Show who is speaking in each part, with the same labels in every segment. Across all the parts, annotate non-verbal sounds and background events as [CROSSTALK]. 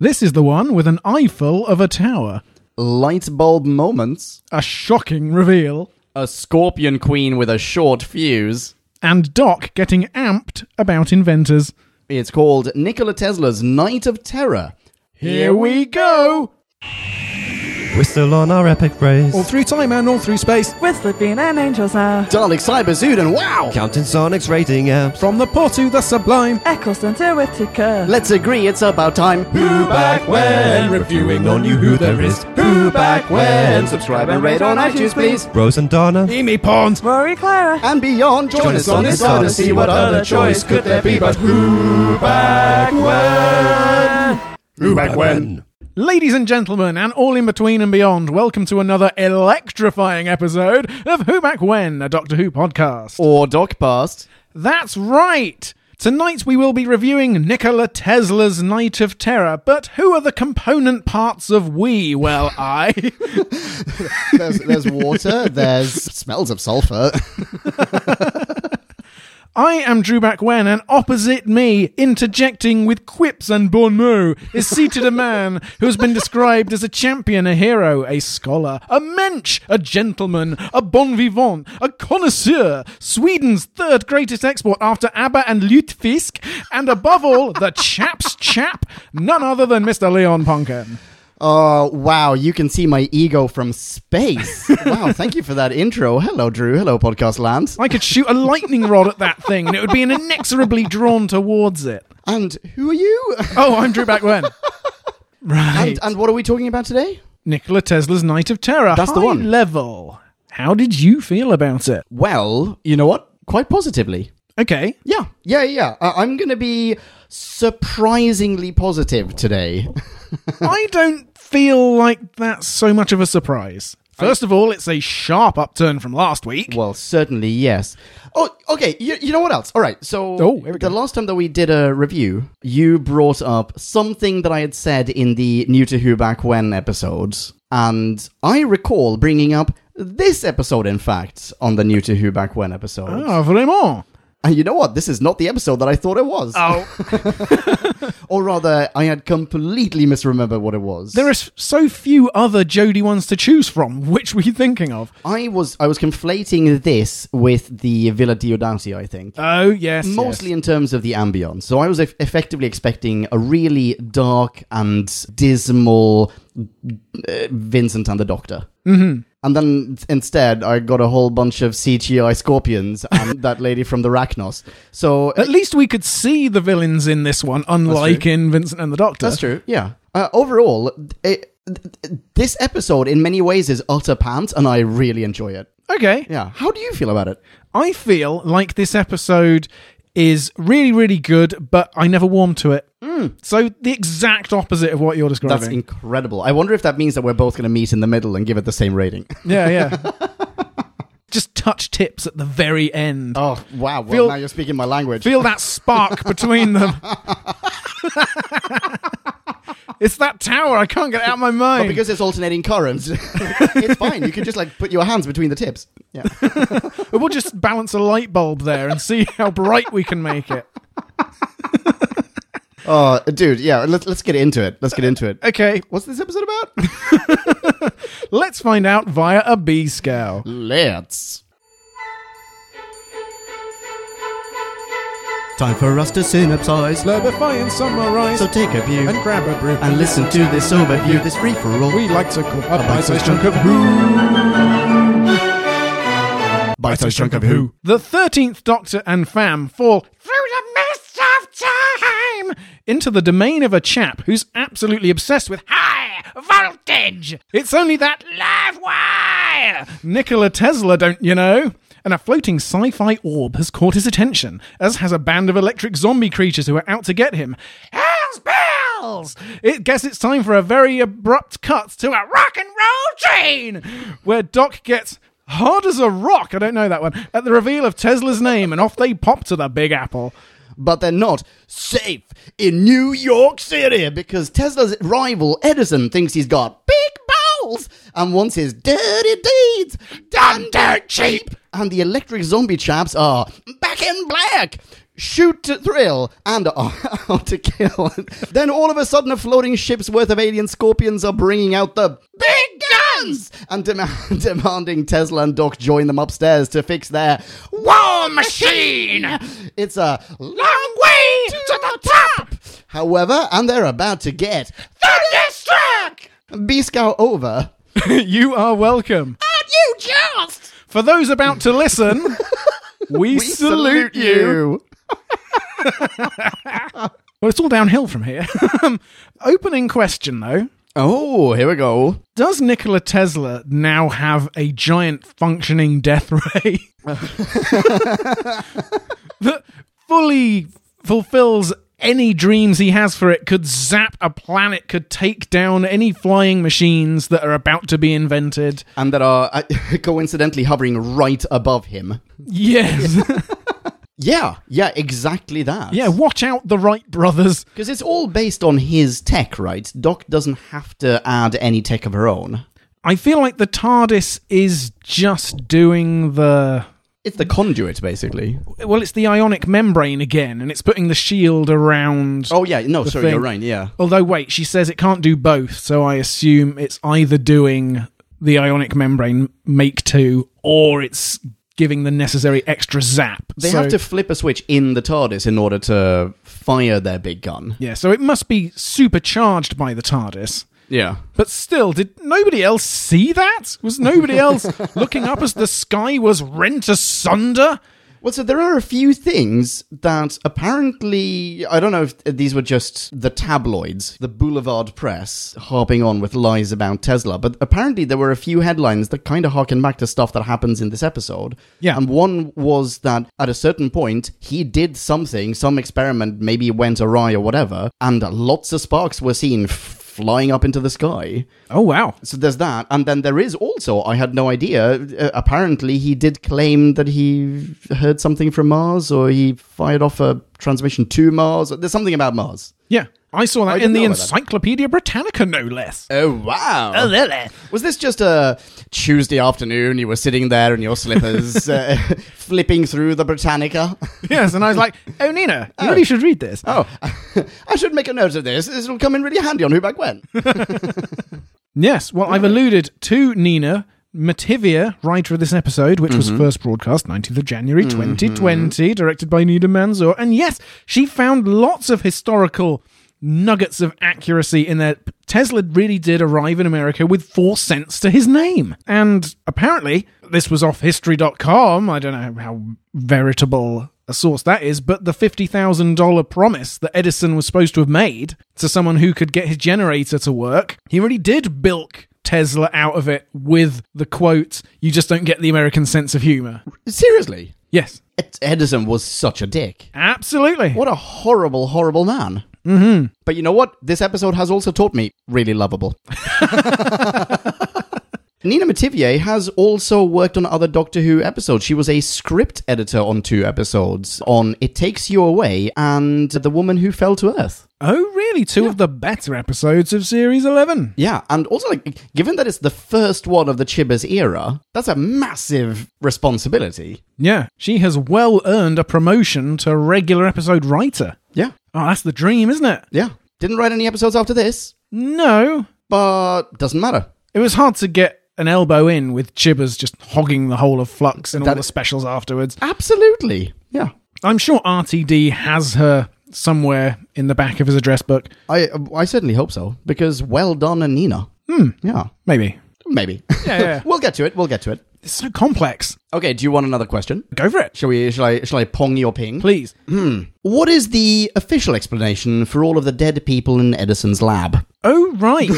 Speaker 1: This is the one with an eyeful of a tower.
Speaker 2: Light bulb moments.
Speaker 1: A shocking reveal.
Speaker 3: A scorpion queen with a short fuse.
Speaker 1: And Doc getting amped about inventors.
Speaker 2: It's called Nikola Tesla's Night of Terror.
Speaker 1: Here we go!
Speaker 4: We're still on our epic race.
Speaker 5: All through time and all through space.
Speaker 6: We're slipping and angels uh, now.
Speaker 2: Dalek Cyber Zood and wow!
Speaker 4: Counting Sonic's rating apps.
Speaker 5: From the poor to the sublime.
Speaker 6: Eccleston to Whitaker.
Speaker 2: Let's agree it's about time.
Speaker 4: Who back when? Reviewing on you who there is. Who back when?
Speaker 2: Subscribe and rate on iTunes, please.
Speaker 4: Rose and Donna.
Speaker 5: Amy Pawns.
Speaker 6: Rory Clara.
Speaker 2: And beyond, join us on this odyssey. What other choice could there be but who back when? Who back when?
Speaker 1: Ladies and gentlemen, and all in between and beyond, welcome to another electrifying episode of Who Back When, a Doctor Who podcast.
Speaker 3: Or Doc Past.
Speaker 1: That's right! Tonight we will be reviewing Nikola Tesla's Night of Terror, but who are the component parts of we? Well, I.
Speaker 2: There's, there's [LAUGHS] water, there's smells of sulfur.
Speaker 1: I am Drew Backwen, and opposite me, interjecting with quips and bon mots, is seated a man who has been described as a champion, a hero, a scholar, a mensch, a gentleman, a bon vivant, a connoisseur, Sweden's third greatest export after ABBA and Lutfisk, and above all, the chap's chap, none other than Mr. Leon Ponken.
Speaker 2: Oh, wow. You can see my ego from [LAUGHS] space. Wow. Thank you for that intro. Hello, Drew. Hello, Podcast Land.
Speaker 1: I could shoot a lightning rod at that thing, and it would be inexorably drawn towards it.
Speaker 2: And who are you?
Speaker 1: Oh, I'm Drew Backwen. Right.
Speaker 2: And, and what are we talking about today?
Speaker 1: Nikola Tesla's Night of Terror.
Speaker 2: That's the
Speaker 1: High
Speaker 2: one.
Speaker 1: Level. How did you feel about it?
Speaker 2: Well, you know what? Quite positively.
Speaker 1: Okay.
Speaker 2: Yeah, yeah, yeah. I- I'm going to be surprisingly positive today.
Speaker 1: [LAUGHS] I don't feel like that's so much of a surprise. First of all, it's a sharp upturn from last week.
Speaker 2: well, certainly, yes. Oh, okay. You, you know what else? All right. So,
Speaker 1: Oh, here we
Speaker 2: the
Speaker 1: go.
Speaker 2: last time that we did a review, you brought up something that I had said in the New to Who Back When episodes. And I recall bringing up this episode, in fact, on the New to Who Back When episode.
Speaker 1: Ah, vraiment.
Speaker 2: And you know what? This is not the episode that I thought it was.
Speaker 1: Oh,
Speaker 2: Or rather, I had completely misremembered what it was.
Speaker 1: [LAUGHS] there are s- so few other Jodie ones to choose from. [LAUGHS] Which were you thinking of?
Speaker 2: I was I was conflating this with the Villa Diodati, I think.
Speaker 1: Oh, yes. yes.
Speaker 2: Mostly in terms of the ambience. So I was eff- effectively expecting a really dark and dismal uh, Vincent and the Doctor. Mm-hmm. And then instead, I got a whole bunch of CGI scorpions [LAUGHS] and that lady from the Rachnos. So uh,
Speaker 1: At least we could see the villains in this one, unlike in Vincent and the Doctor.
Speaker 2: That's true. Yeah. Uh, overall, it, th- th- this episode in many ways is utter pants, and I really enjoy it.
Speaker 1: Okay.
Speaker 2: Yeah. How do you feel about it?
Speaker 1: I feel like this episode is really, really good, but I never warmed to it. So the exact opposite of what you're describing.
Speaker 2: Hmm. That's incredible. I wonder if that means that we're both going to meet in the middle and give it the same rating.
Speaker 1: yeah,
Speaker 2: [LAUGHS]
Speaker 1: yeah. Just touch tips at the very end.
Speaker 2: Oh [LAUGHS] wow! Well,
Speaker 1: Feel-
Speaker 2: now you're speaking my language.
Speaker 1: Feel that spark between them. [LAUGHS] it's that tower. I can't get it out of my mind.
Speaker 2: but because it's alternating currents, [LAUGHS] it's fine. You can just like put your hands between the tips. Yeah.
Speaker 1: we'll just balance a light bulb there and see how bright we can make it.
Speaker 2: [LAUGHS] Oh, dude. Yeah. Let's let's get into it. Let's get into it.
Speaker 1: Okay,
Speaker 2: What's this episode about?
Speaker 1: let's find out via a B scale.
Speaker 2: let's.
Speaker 4: Time for us to synopsize.
Speaker 5: Slurpify and summarize.
Speaker 2: So take a view
Speaker 5: and grab a brew.
Speaker 2: and listen to this overview, this free for all.
Speaker 5: we like to call a
Speaker 2: bite-sized
Speaker 5: bite-sized chunk of who.
Speaker 2: Bite-sized chunk of
Speaker 1: The 13th Doctor and Fam fall through the mist of time into the domain of a chap who's absolutely obsessed with high voltage. It's only that live wire. Nikola Tesla, don't you know? And a floating sci fi orb has caught his attention, as has a band of electric zombie creatures who are out to get him. Hell's bells! It guess it's time for a very abrupt cut to a rock and roll train, where Doc gets hard as a rock. I don't know that one. At the reveal of Tesla's name, and off they pop to the Big Apple.
Speaker 2: but they're not safe in New York City because Tesla's rival Edison thinks he's got big balls and wants his dirty deeds done dirt cheap. And the electric zombie chaps are back in black. shoot to thrill, and [LAUGHS] are out to kill. [LAUGHS] then all of a sudden, a floating ship's worth of alien scorpions are bringing out the big guns and dem- [LAUGHS] demanding Tesla and Doc join them upstairs to fix their war machine. [LAUGHS] It's a long way to the top. However, and they're about to get thunderstruck. Beascow over.
Speaker 1: [LAUGHS] you are welcome.
Speaker 2: And you just.
Speaker 1: For those about to listen, we,
Speaker 2: [LAUGHS] We salute you.
Speaker 1: Well, it's all downhill from here. [LAUGHS] Um, Opening question, though.
Speaker 2: Oh, here we go.
Speaker 1: Does Nikola Tesla now have a giant functioning death ray that fully fulfills any dreams he has for it? Could zap a planet, could take down any flying machines that are about to be invented?
Speaker 2: and that are uh, [LAUGHS] coincidentally hovering right above him.
Speaker 1: Yes.
Speaker 2: Yeah, yeah, exactly
Speaker 1: [LAUGHS]
Speaker 2: that.
Speaker 1: yeah, watch out, the Wright brothers.
Speaker 2: because it's all based on his tech, right? Doc doesn't have to add any tech of her own.
Speaker 1: I feel like the TARDIS is just doing the.
Speaker 2: It's the conduit, basically.
Speaker 1: Well, it's the ionic membrane again, and it's putting the shield around.
Speaker 2: Oh yeah, no, sorry,
Speaker 1: thing.
Speaker 2: you're right. Yeah,
Speaker 1: Although, wait, she says it can't do both, so I assume it's either doing the ionic membrane make two or it's giving the necessary extra zap.
Speaker 2: they
Speaker 1: So-
Speaker 2: have to flip a switch in the TARDIS in order to fire their big gun.
Speaker 1: Yeah, so it must be supercharged by the TARDIS.
Speaker 2: Yeah,
Speaker 1: But still, did nobody else see that? Was nobody
Speaker 2: [LAUGHS]
Speaker 1: else looking up as the sky was rent asunder?
Speaker 2: Well, so there are a few things that apparently, I don't know if these were just the tabloids, the boulevard press harping on with lies about Tesla, but apparently there were a few headlines that kind of harken back to stuff that happens in this episode.
Speaker 1: Yeah.
Speaker 2: And one was that at a certain point, he did something, some experiment maybe went awry or whatever, and lots of sparks were seen. f- Flying up into the sky.
Speaker 1: Oh, wow.
Speaker 2: So there's that. And then there is also, I had no idea, uh, apparently he did claim that he heard something from Mars or he fired off a transmission to Mars. There's something about Mars.
Speaker 1: Yeah, I saw that
Speaker 2: I
Speaker 1: in
Speaker 2: didn't
Speaker 1: the
Speaker 2: know about that.
Speaker 1: Encyclopedia Britannica, no
Speaker 2: [LAUGHS]
Speaker 1: less.
Speaker 2: Oh, wow. Was this just a Tuesday afternoon? You were sitting there in your [LAUGHS] slippers, uh, flipping through the Britannica.
Speaker 1: yes, and I was like, oh, Nina,
Speaker 2: [LAUGHS]
Speaker 1: you really should read this.
Speaker 2: Oh, [LAUGHS] I should make a note of this. This will come in really handy on Who Back When.
Speaker 1: Yes, well, I've alluded to Nina Mativia, writer of this episode, which was first broadcast 19th of January 2020, directed by Nina Mansour. And yes, she found lots of historical nuggets of accuracy in there. Tesla really did arrive in America with four cents to his name. And apparently, this was off history.com. I don't know how veritable a source that is, but the $50,000 promise that Edison was supposed to have made to someone who could get his generator to work, he really did bilk Tesla out of it with the quote, You just don't get the American sense of humor.
Speaker 2: [LAUGHS] Seriously.
Speaker 1: Yes,
Speaker 2: Ed- Edison was such a dick.
Speaker 1: absolutely.
Speaker 2: What a horrible, horrible man. Mm-hmm. But you know what? This episode has also taught me really lovable. Nina Mativier has also worked on other Doctor Who episodes. She was a script editor on two episodes on It Takes You Away and The Woman Who Fell to Earth.
Speaker 1: Oh, really? Two of the better episodes of Series 11.
Speaker 2: Yeah, and also like given that it's the first one of the Chibbers era, that's a massive responsibility.
Speaker 1: Yeah, she has well earned a promotion to regular episode writer.
Speaker 2: Yeah.
Speaker 1: Oh, that's the dream, isn't it?
Speaker 2: Yeah. Didn't write any episodes after this,
Speaker 1: No,
Speaker 2: but doesn't matter.
Speaker 1: It was hard to get an elbow in with Chibbers just hogging the whole of Flux and all the specials afterwards.
Speaker 2: Absolutely. Yeah.
Speaker 1: I'm sure RTD has her somewhere in the back of his address book.
Speaker 2: I I certainly hope so because well done, and Nina. Yeah.
Speaker 1: Maybe.
Speaker 2: Maybe.
Speaker 1: Hmm. [LAUGHS] Yeah, yeah.
Speaker 2: [LAUGHS] we'll get to it. We'll get to it.
Speaker 1: It's so complex.
Speaker 2: Okay. Do you want another question?
Speaker 1: Go for it.
Speaker 2: Shall we? Shall I? Shall I pong your ping?
Speaker 1: Please.
Speaker 2: What is the official explanation for all of the dead people in Edison's lab,
Speaker 1: Oh,
Speaker 2: [LAUGHS]
Speaker 1: right.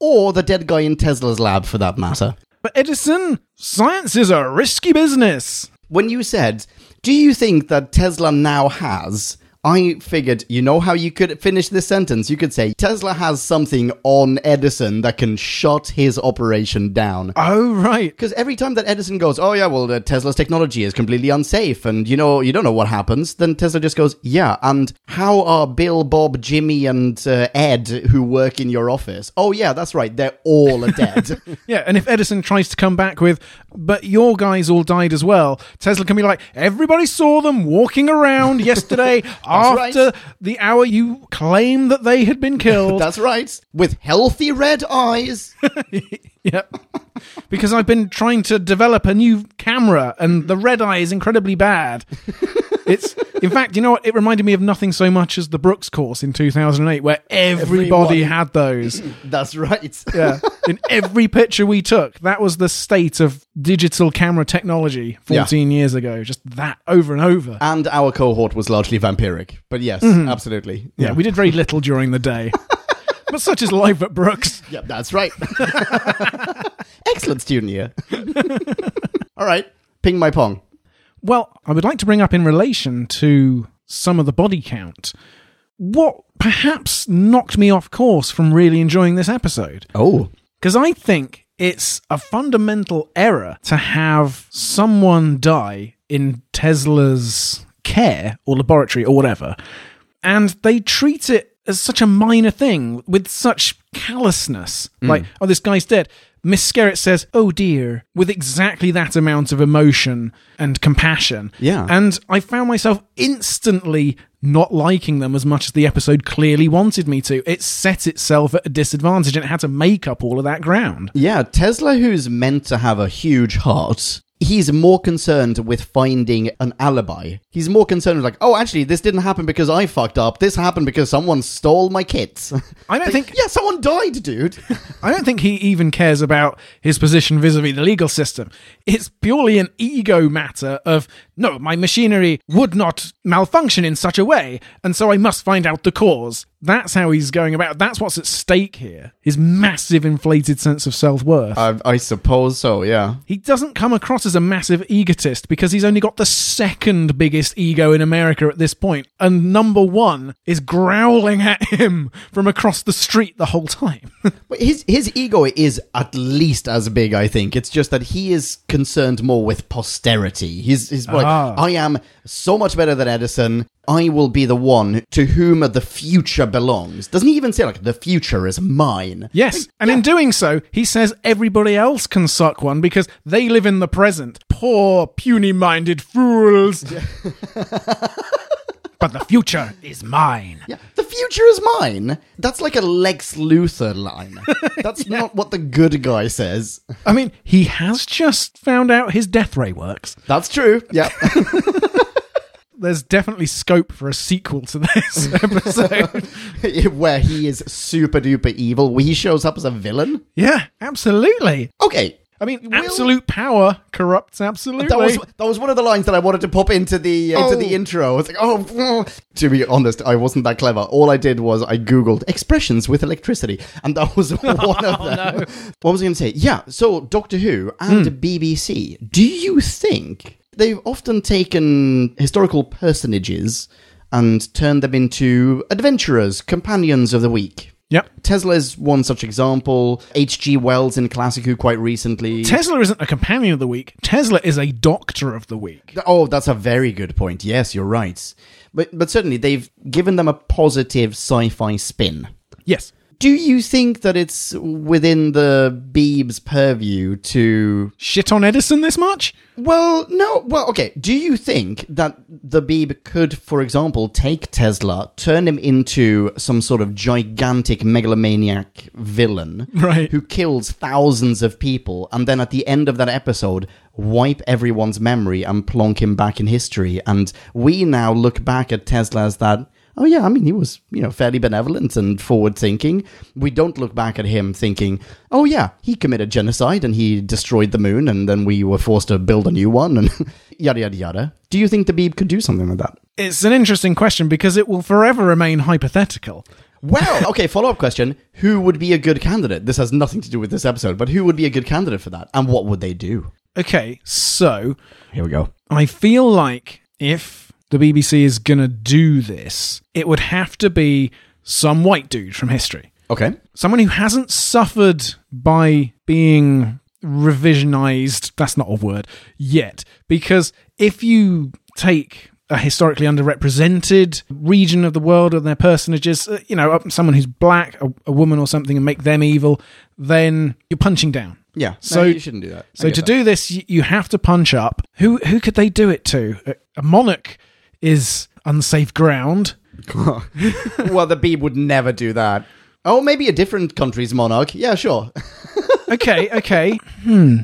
Speaker 2: or the dead guy in Tesla's lab, for that matter?
Speaker 1: but Edison, science is a risky business.
Speaker 2: When you said, "Do you think that Tesla now has?" I figured, you know how you could finish this sentence? You could say, Tesla has something on Edison that can shut his operation down.
Speaker 1: Oh, right.
Speaker 2: Because every time that Edison goes, oh yeah, well, uh, Tesla's technology is completely unsafe, and you know, you don't know what happens, then Tesla just goes, yeah, and how are Bill, Bob, Jimmy, and uh, Ed who work in your office? Oh yeah, that's right, they're all
Speaker 1: [LAUGHS]
Speaker 2: dead. [LAUGHS]
Speaker 1: Yeah, and if Edison tries to come back with, but your guys all died as well, Tesla can be like, everybody saw them walking around
Speaker 2: [LAUGHS]
Speaker 1: yesterday after
Speaker 2: right.
Speaker 1: the hour you claim that they had
Speaker 2: [LAUGHS]
Speaker 1: been killed.
Speaker 2: that's right, with healthy red
Speaker 1: [LAUGHS]
Speaker 2: eyes. [LAUGHS]
Speaker 1: yeah. because I've been trying to develop a new camera and the red eye is incredibly bad. It's in fact, you know what? It reminded me of nothing so much as the Brooks course in 2008 where everybody
Speaker 2: Everyone.
Speaker 1: had those.
Speaker 2: that's right.
Speaker 1: Yeah. In every picture we took, that was the state of digital camera technology 14 years ago. Just that over and over.
Speaker 2: And our cohort was largely vampiric, but yes, absolutely.
Speaker 1: Mm-hmm. yeah, we did very little during the day. but such is life at Brooks.
Speaker 2: Yeah,
Speaker 1: [LAUGHS]
Speaker 2: that's right. [LAUGHS] Excellent student year. [LAUGHS] All right, ping my pong.
Speaker 1: Well, I would like to bring up in relation to some of the body count what perhaps knocked me off course from really enjoying this episode.
Speaker 2: Oh,
Speaker 1: Because I think it's a fundamental error to have someone die in Tesla's care or laboratory or whatever. And they treat it as such a minor thing with such callousness. Like, oh, this guy's dead. Miss Skerritt says, oh dear, with exactly that amount of emotion and compassion.
Speaker 2: Yeah.
Speaker 1: And I found myself instantly not liking them as much as the episode clearly wanted me to. It set itself at a disadvantage and it had to make up all of that ground.
Speaker 2: Yeah, Tesla, who's meant to have a huge heart, he's more concerned with finding an alibi. He's more concerned with, like, oh, actually, this didn't happen because I fucked up. This happened because someone stole my kits.
Speaker 1: I don't
Speaker 2: Like,
Speaker 1: think
Speaker 2: [LAUGHS] Yeah, someone died, dude.
Speaker 1: I don't think he even cares about his position vis-a-vis the legal system. It's purely an ego matter of no, my machinery would not malfunction in such a way, and so I must find out the cause. That's how he's going about. That's what's at stake here. His massive inflated sense of self-worth.
Speaker 2: [LAUGHS] I, I suppose so, yeah.
Speaker 1: He doesn't come across as a massive egotist because he's only got the second biggest ego in America at this point, and number one is growling at him from across the street the whole time. [LAUGHS]
Speaker 2: But his, his ego is at least as big, I think. It's just that he is concerned more with posterity. He's, he's like,
Speaker 1: Ah.
Speaker 2: I am so much better than Edison. I will be the one to whom the future belongs. Doesn't he even say, like, the future is mine?
Speaker 1: Yes, and in doing so, he says everybody else can suck one because they live in the present. Poor puny-minded fools. [LAUGHS] but the future is mine.
Speaker 2: Yeah, the future is mine. That's like a Lex Luthor line. That's not what the good guy says.
Speaker 1: I mean, he has just found out his death ray works.
Speaker 2: That's true. Yeah. [LAUGHS]
Speaker 1: There's definitely scope for a sequel to this [LAUGHS] episode.
Speaker 2: Where he is super duper evil, where he shows up as a villain.
Speaker 1: yeah, absolutely.
Speaker 2: Okay.
Speaker 1: I mean, absolute power corrupts absolutely.
Speaker 2: That was that was one of the lines that I wanted to pop into the uh, into the intro. It's like, oh, oh. to be honest, I wasn't that clever. All I did was I googled expressions with electricity, and that was [LAUGHS] one of them. What was I going to say? Yeah, so Doctor Who and BBC. Do you think they've often taken historical personages and turned them into adventurers, companions of the week?
Speaker 1: yep.
Speaker 2: Tesla is one such example. H.G. Wells in Classic Who quite recently.
Speaker 1: Tesla isn't a companion of the week. Tesla is a doctor of the week.
Speaker 2: Oh, that's a very good point. Yes, you're right. But but certainly they've given them a positive sci-fi spin.
Speaker 1: Yes.
Speaker 2: Do you think that it's within the Beeb's purview to
Speaker 1: Shit on Edison this much?
Speaker 2: Well, no. Well, okay. Do you think that the Beeb could, for example, take Tesla, turn him into some sort of gigantic megalomaniac villain
Speaker 1: Right.
Speaker 2: who kills thousands of people, and then at the end of that episode, wipe everyone's memory and plonk him back in history? And we now look back at Tesla as that. Oh yeah, I mean he was, you know, fairly benevolent and forward thinking. We don't look back at him thinking, "Oh yeah, he committed genocide and he destroyed the moon and then we were forced to build a new one and [LAUGHS] yada yada yada." Do you think the Beeb could do something like that?
Speaker 1: It's an interesting question because it will forever remain hypothetical.
Speaker 2: Well, [LAUGHS] okay, follow-up question. Who would be a good candidate? This has nothing to do with this episode, but who would be a good candidate for that and what would they do?
Speaker 1: Okay, so
Speaker 2: Here we go.
Speaker 1: I feel like if the BBC is going to do this, it would have to be some white dude from history.
Speaker 2: Okay.
Speaker 1: Someone who hasn't suffered by being revisionized, that's not a word, yet. Because if you take a historically underrepresented region of the world and their personages, uh, you know, uh, someone who's black, a, a woman or something, and make them evil, then you're punching down.
Speaker 2: Yeah. So
Speaker 1: So-
Speaker 2: you shouldn't do that. I
Speaker 1: So
Speaker 2: get
Speaker 1: to
Speaker 2: that.
Speaker 1: do this, y- you have to punch up. Who who could they do it to? A- A monarch is unsafe ground.
Speaker 2: [LAUGHS] well, the Beeb would never do that. Oh, maybe a different country's monarch. Yeah, sure. [LAUGHS]
Speaker 1: Okay, okay. [LAUGHS] Hmm.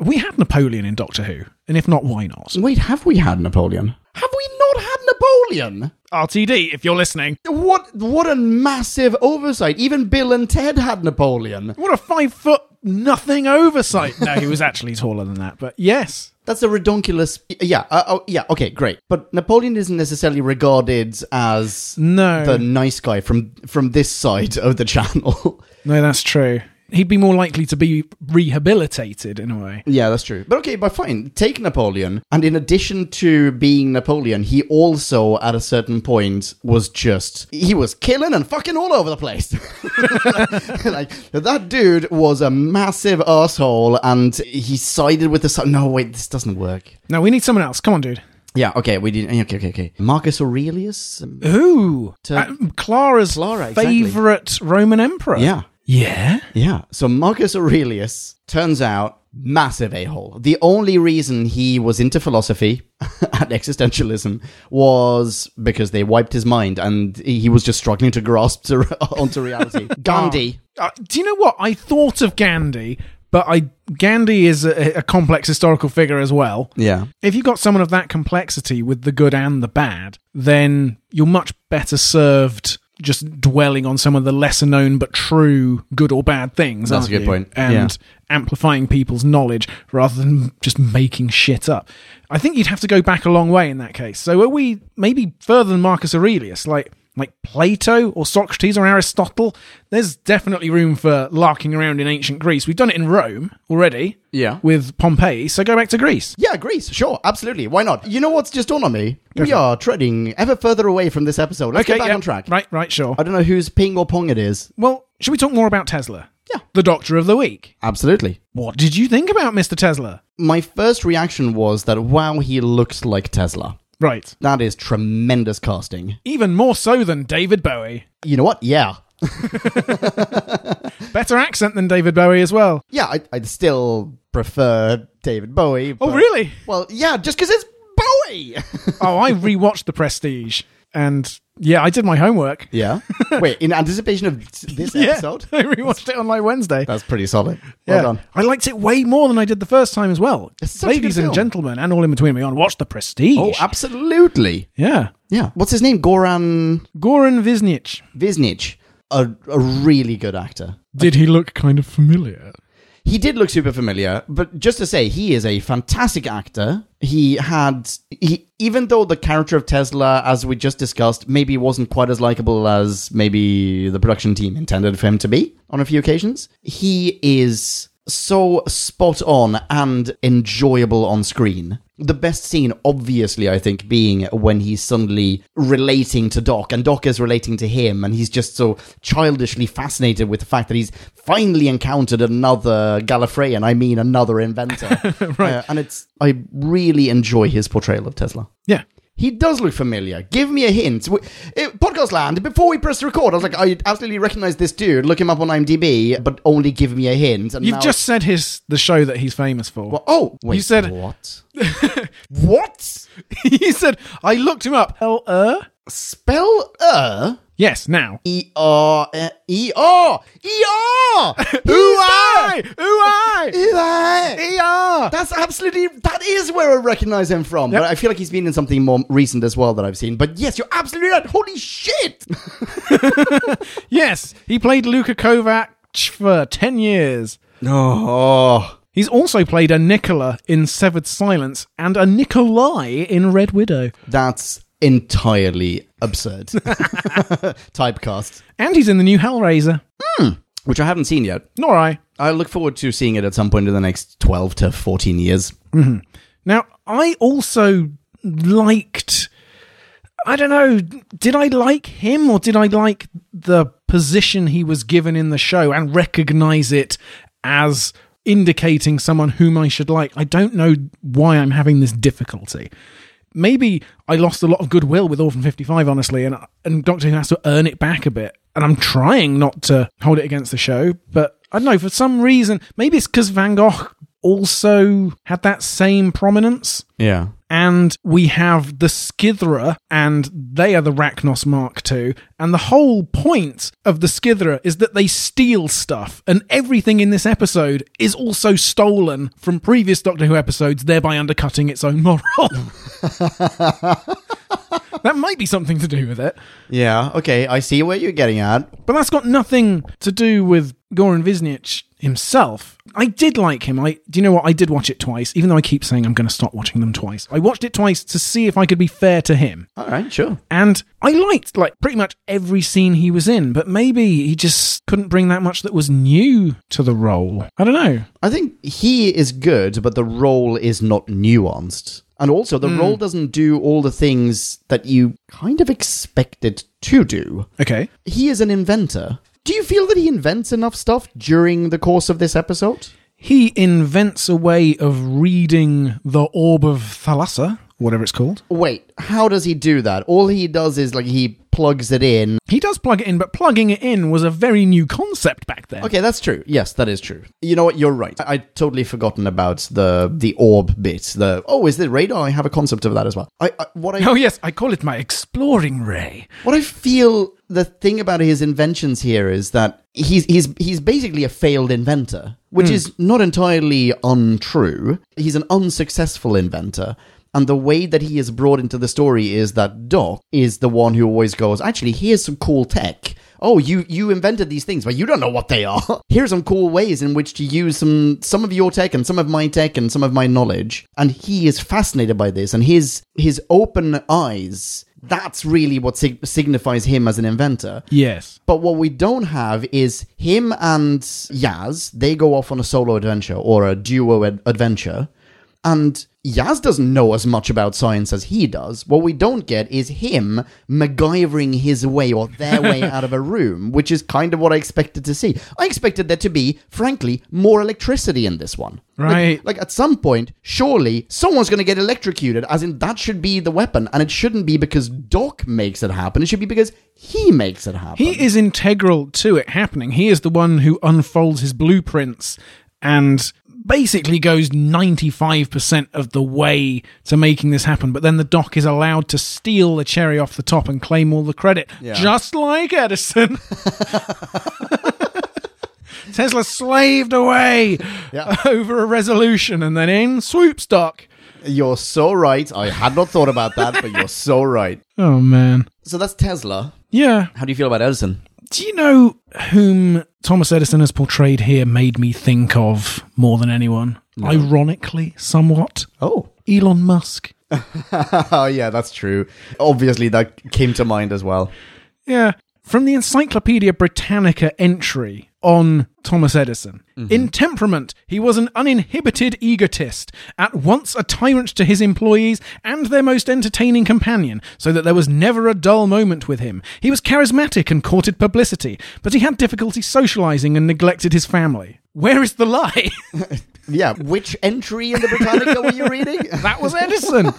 Speaker 1: We had Napoleon in Doctor Who, and if not, why not?
Speaker 2: Wait, have we had Napoleon? Have we not had Napoleon?
Speaker 1: RTD, if you're listening.
Speaker 2: What? What a massive oversight! Even Bill and Ted had Napoleon.
Speaker 1: What a five foot nothing oversight. No,
Speaker 2: [LAUGHS]
Speaker 1: he was actually taller than that, but yes.
Speaker 2: That's a redonkulous. Yeah. Uh, oh, yeah. Okay. Great. But Napoleon isn't necessarily regarded as
Speaker 1: No.
Speaker 2: the nice guy from from this side of the [LAUGHS] channel.
Speaker 1: No, that's true. He'd be more likely to be rehabilitated in a way.
Speaker 2: yeah, that's true. But okay, but fine. Take Napoleon, and in addition to being Napoleon, he also at a certain point was just he was killing and fucking all over the place. [LAUGHS] like that dude was a massive asshole, and he sided with the. si- No, wait, this doesn't work.
Speaker 1: No, we need someone else. Come on, dude.
Speaker 2: Yeah. Okay. We did. Okay. Okay. Okay. Marcus Aurelius.
Speaker 1: Ooh.
Speaker 2: To-
Speaker 1: Uh, Clara's
Speaker 2: Clara, exactly.
Speaker 1: favorite Roman emperor.
Speaker 2: Yeah.
Speaker 1: Yeah.
Speaker 2: Yeah. So Marcus Aurelius turns out massive a hole. The only reason he was into philosophy [LAUGHS] and existentialism was because they wiped his mind and he was just struggling to grasp to, [LAUGHS] onto reality. Gandhi.
Speaker 1: Uh, do you know what? I thought of Gandhi, but I Gandhi is a, a complex historical figure as well.
Speaker 2: Yeah.
Speaker 1: If you've got someone of that complexity with the good and the bad, then you're much better served just dwelling on some of the lesser known but true good or bad things.
Speaker 2: That's
Speaker 1: aren't
Speaker 2: a good
Speaker 1: you?
Speaker 2: point.
Speaker 1: And amplifying people's knowledge rather than just making shit up. I think you'd have to go back a long way in that case. So are we maybe further than Marcus Aurelius, like like Plato or Socrates or Aristotle? There's definitely room for larking around in ancient Greece. We've done it in Rome already.
Speaker 2: Yeah.
Speaker 1: With Pompeii, so go back to Greece.
Speaker 2: Yeah, Greece. Sure, absolutely. Why not? You know what's just dawned on me? we are treading ever further away from this episode. Let's get back
Speaker 1: yeah.
Speaker 2: on track. Uh,
Speaker 1: Right, right, sure.
Speaker 2: I don't know whose ping or pong it is.
Speaker 1: Well, should we talk more about Tesla?
Speaker 2: Yeah.
Speaker 1: The Doctor of the Week.
Speaker 2: Absolutely.
Speaker 1: What did you think about Mr. Tesla?
Speaker 2: My first reaction was that wow, he looks like Tesla.
Speaker 1: Right.
Speaker 2: That is tremendous casting.
Speaker 1: Even more so than David Bowie.
Speaker 2: You know what? Yeah.
Speaker 1: Better accent than David Bowie as well.
Speaker 2: Yeah, I, I'd still prefer David Bowie.
Speaker 1: Oh,
Speaker 2: but-
Speaker 1: really?
Speaker 2: Well, yeah, just because it's Bowie.
Speaker 1: [LAUGHS]
Speaker 2: [LAUGHS]
Speaker 1: oh, I rewatched The Prestige and yeah, I did my homework. [LAUGHS]
Speaker 2: yeah. Wait, in anticipation of this
Speaker 1: Yeah,
Speaker 2: episode,
Speaker 1: [LAUGHS] I rewatched it on like Wednesday.
Speaker 2: that's pretty solid. Well
Speaker 1: yeah.
Speaker 2: done.
Speaker 1: I liked it way more than I did the first time as well.
Speaker 2: It's such a good
Speaker 1: Ladies and
Speaker 2: film.
Speaker 1: gentlemen, and all in between me on Watch the Prestige.
Speaker 2: Oh, absolutely.
Speaker 1: yeah.
Speaker 2: Yeah. What's his name? Goran
Speaker 1: Goran Visnich.
Speaker 2: Visnich. A, a really good actor.
Speaker 1: Did he look kind of familiar?
Speaker 2: He did look super familiar, but just to say, he is a fantastic actor. He had, he, even though the character of Tesla, as we just discussed, maybe wasn't quite as likable as maybe the production team intended for him to be on a few occasions, he is so spot on and enjoyable on screen. The best scene, obviously, I think, being when he's suddenly relating to Doc, and Doc is relating to him, and he's just so childishly fascinated with the fact that he's finally encountered another Gallifreyan. I mean,
Speaker 1: [LAUGHS]
Speaker 2: another inventor. right. and it's, I really enjoy his portrayal of Tesla.
Speaker 1: Yeah.
Speaker 2: He does look familiar. Give me a hint. We, it, Podcast Land, before we pressed record, I was like, I absolutely recognize this dude. Look him up on IMDb, but only give me a hint. And
Speaker 1: You've
Speaker 2: now-
Speaker 1: just said his the show that he's famous for.
Speaker 2: Well, oh, wait.
Speaker 1: You said- [LAUGHS]
Speaker 2: What?
Speaker 1: What? [LAUGHS] he said, I looked him up. L er?
Speaker 2: Spell er.
Speaker 1: Yes, now.
Speaker 2: E R E R E R. [LAUGHS] Who I? E
Speaker 1: Ooh, I!
Speaker 2: Who I?
Speaker 1: ER!
Speaker 2: That's absolutely. That is where I recognize him from. But I feel like he's been in something more recent as well that I've seen. But yes, you're absolutely right. Holy shit!
Speaker 1: Yes, he played Luka Kovac for 10 years.
Speaker 2: [LAUGHS] Oh,
Speaker 1: He's also played a Nicola in Severed Silence and a Nikolai in Red Widow.
Speaker 2: that's entirely absurd. [LAUGHS] Typecast,
Speaker 1: And he's in the new Hellraiser.
Speaker 2: which I haven't seen yet.
Speaker 1: Nor I.
Speaker 2: I look forward to seeing it at some point in the next twelve to fourteen years.
Speaker 1: Now, I also liked I don't know. Did I like him or did I like the position he was given in the show and recognize it as indicating someone whom I should like? I don't know why I'm having this difficulty. Maybe I lost a lot of goodwill with Orphan 55, honestly, and, and Doctor Who has to earn it back a bit. And I'm trying not to hold it against the show, but I don't know. For some reason, maybe it's because Van Gogh also had that same prominence
Speaker 2: Yeah.
Speaker 1: and we have the Skithera, and they are the Rachnos Mark II. And the whole point of the Skithera is that they steal stuff, and everything in this episode is also stolen from previous Doctor Who episodes, thereby undercutting its own moral. that might be something to do with it,
Speaker 2: Yeah. Okay. I see where you're getting at.
Speaker 1: but that's got nothing to do with Goran Visnich himself. I did like him. I do you know what? I did watch it twice, even though I keep saying I'm going to stop watching them twice. I watched it twice to see if I could be fair to him.
Speaker 2: All right. Sure.
Speaker 1: And I liked like pretty much every scene he was in, but maybe he just couldn't bring that much that was new to the role. I don't know.
Speaker 2: I think he is good, but the role is not nuanced. And also, the role doesn't do all the things that you kind of expect it to do.
Speaker 1: Okay.
Speaker 2: He is an inventor. Do you feel that he invents enough stuff during the course of this episode?
Speaker 1: He invents a way of reading the orb of Thalassa, whatever it's called.
Speaker 2: Wait, how does he do that? All he does is like he plugs it in.
Speaker 1: He does plug it in, but plugging it in was a very new concept back then.
Speaker 2: Okay, that's true. Yes, that is true. You know what? You're right. I- I'd totally forgotten about the the orb bit. The oh, is it radar? I have a concept of that as well. I, I what I
Speaker 1: Oh yes, I call it my exploring ray.
Speaker 2: What I feel the thing about his inventions here is that he's he's he's basically a failed inventor, which is not entirely untrue. He's an unsuccessful inventor. And the way that he is brought into the story is that Doc is the one who always goes, actually, here's some cool tech. Oh, you you invented these things, but you don't know what they are. [LAUGHS] Here's some cool ways in which to use some some of your tech and some of my tech and some of my knowledge. And he is fascinated by this, and his his open eyes. That's really what sig- signifies him as an inventor.
Speaker 1: Yes.
Speaker 2: But what we don't have is him and Yaz. They go off on a solo adventure or a duo ad- adventure. And Yaz doesn't know as much about science as he does. What we don't get is him MacGyvering his way or
Speaker 1: [LAUGHS]
Speaker 2: their way out of a room, which is kind of what I expected to see. I expected there to be, frankly, more electricity in this one. Like-
Speaker 1: Right.
Speaker 2: Like, at some point, surely someone's going to get electrocuted, as in that should be the weapon. And it shouldn't be because Doc makes it happen. It should be because he makes it happen.
Speaker 1: He is integral to it happening. He is the one who unfolds his blueprints and basically goes 95% of the way to making this happen. But then the doc is allowed to steal the cherry off the top and claim all the credit, just like Edison. Tesla slaved away
Speaker 2: Yeah.
Speaker 1: [LAUGHS] over a resolution and then in swoops Doc.
Speaker 2: You're so right. I had not thought about that, but you're so right.
Speaker 1: Oh, man.
Speaker 2: So that's Tesla.
Speaker 1: Yeah.
Speaker 3: How do you feel about Edison?
Speaker 1: Do you know whom Thomas Edison has portrayed here made me think of more than anyone? Ironically, somewhat.
Speaker 2: Oh. [LAUGHS]
Speaker 1: Elon Musk.
Speaker 2: oh, yeah, that's true. Obviously, that came to mind as well.
Speaker 1: Yeah. From the Encyclopedia Britannica entry on Thomas Edison. In temperament, he was an uninhibited egotist, at once a tyrant to his employees and their most entertaining companion, so that there was never a dull moment with him. He was charismatic and courted publicity, but he had difficulty socializing and neglected his family. Where is the lie? [LAUGHS]
Speaker 2: Yeah, which entry in the Britannica were you reading? [LAUGHS]
Speaker 1: That was Edison.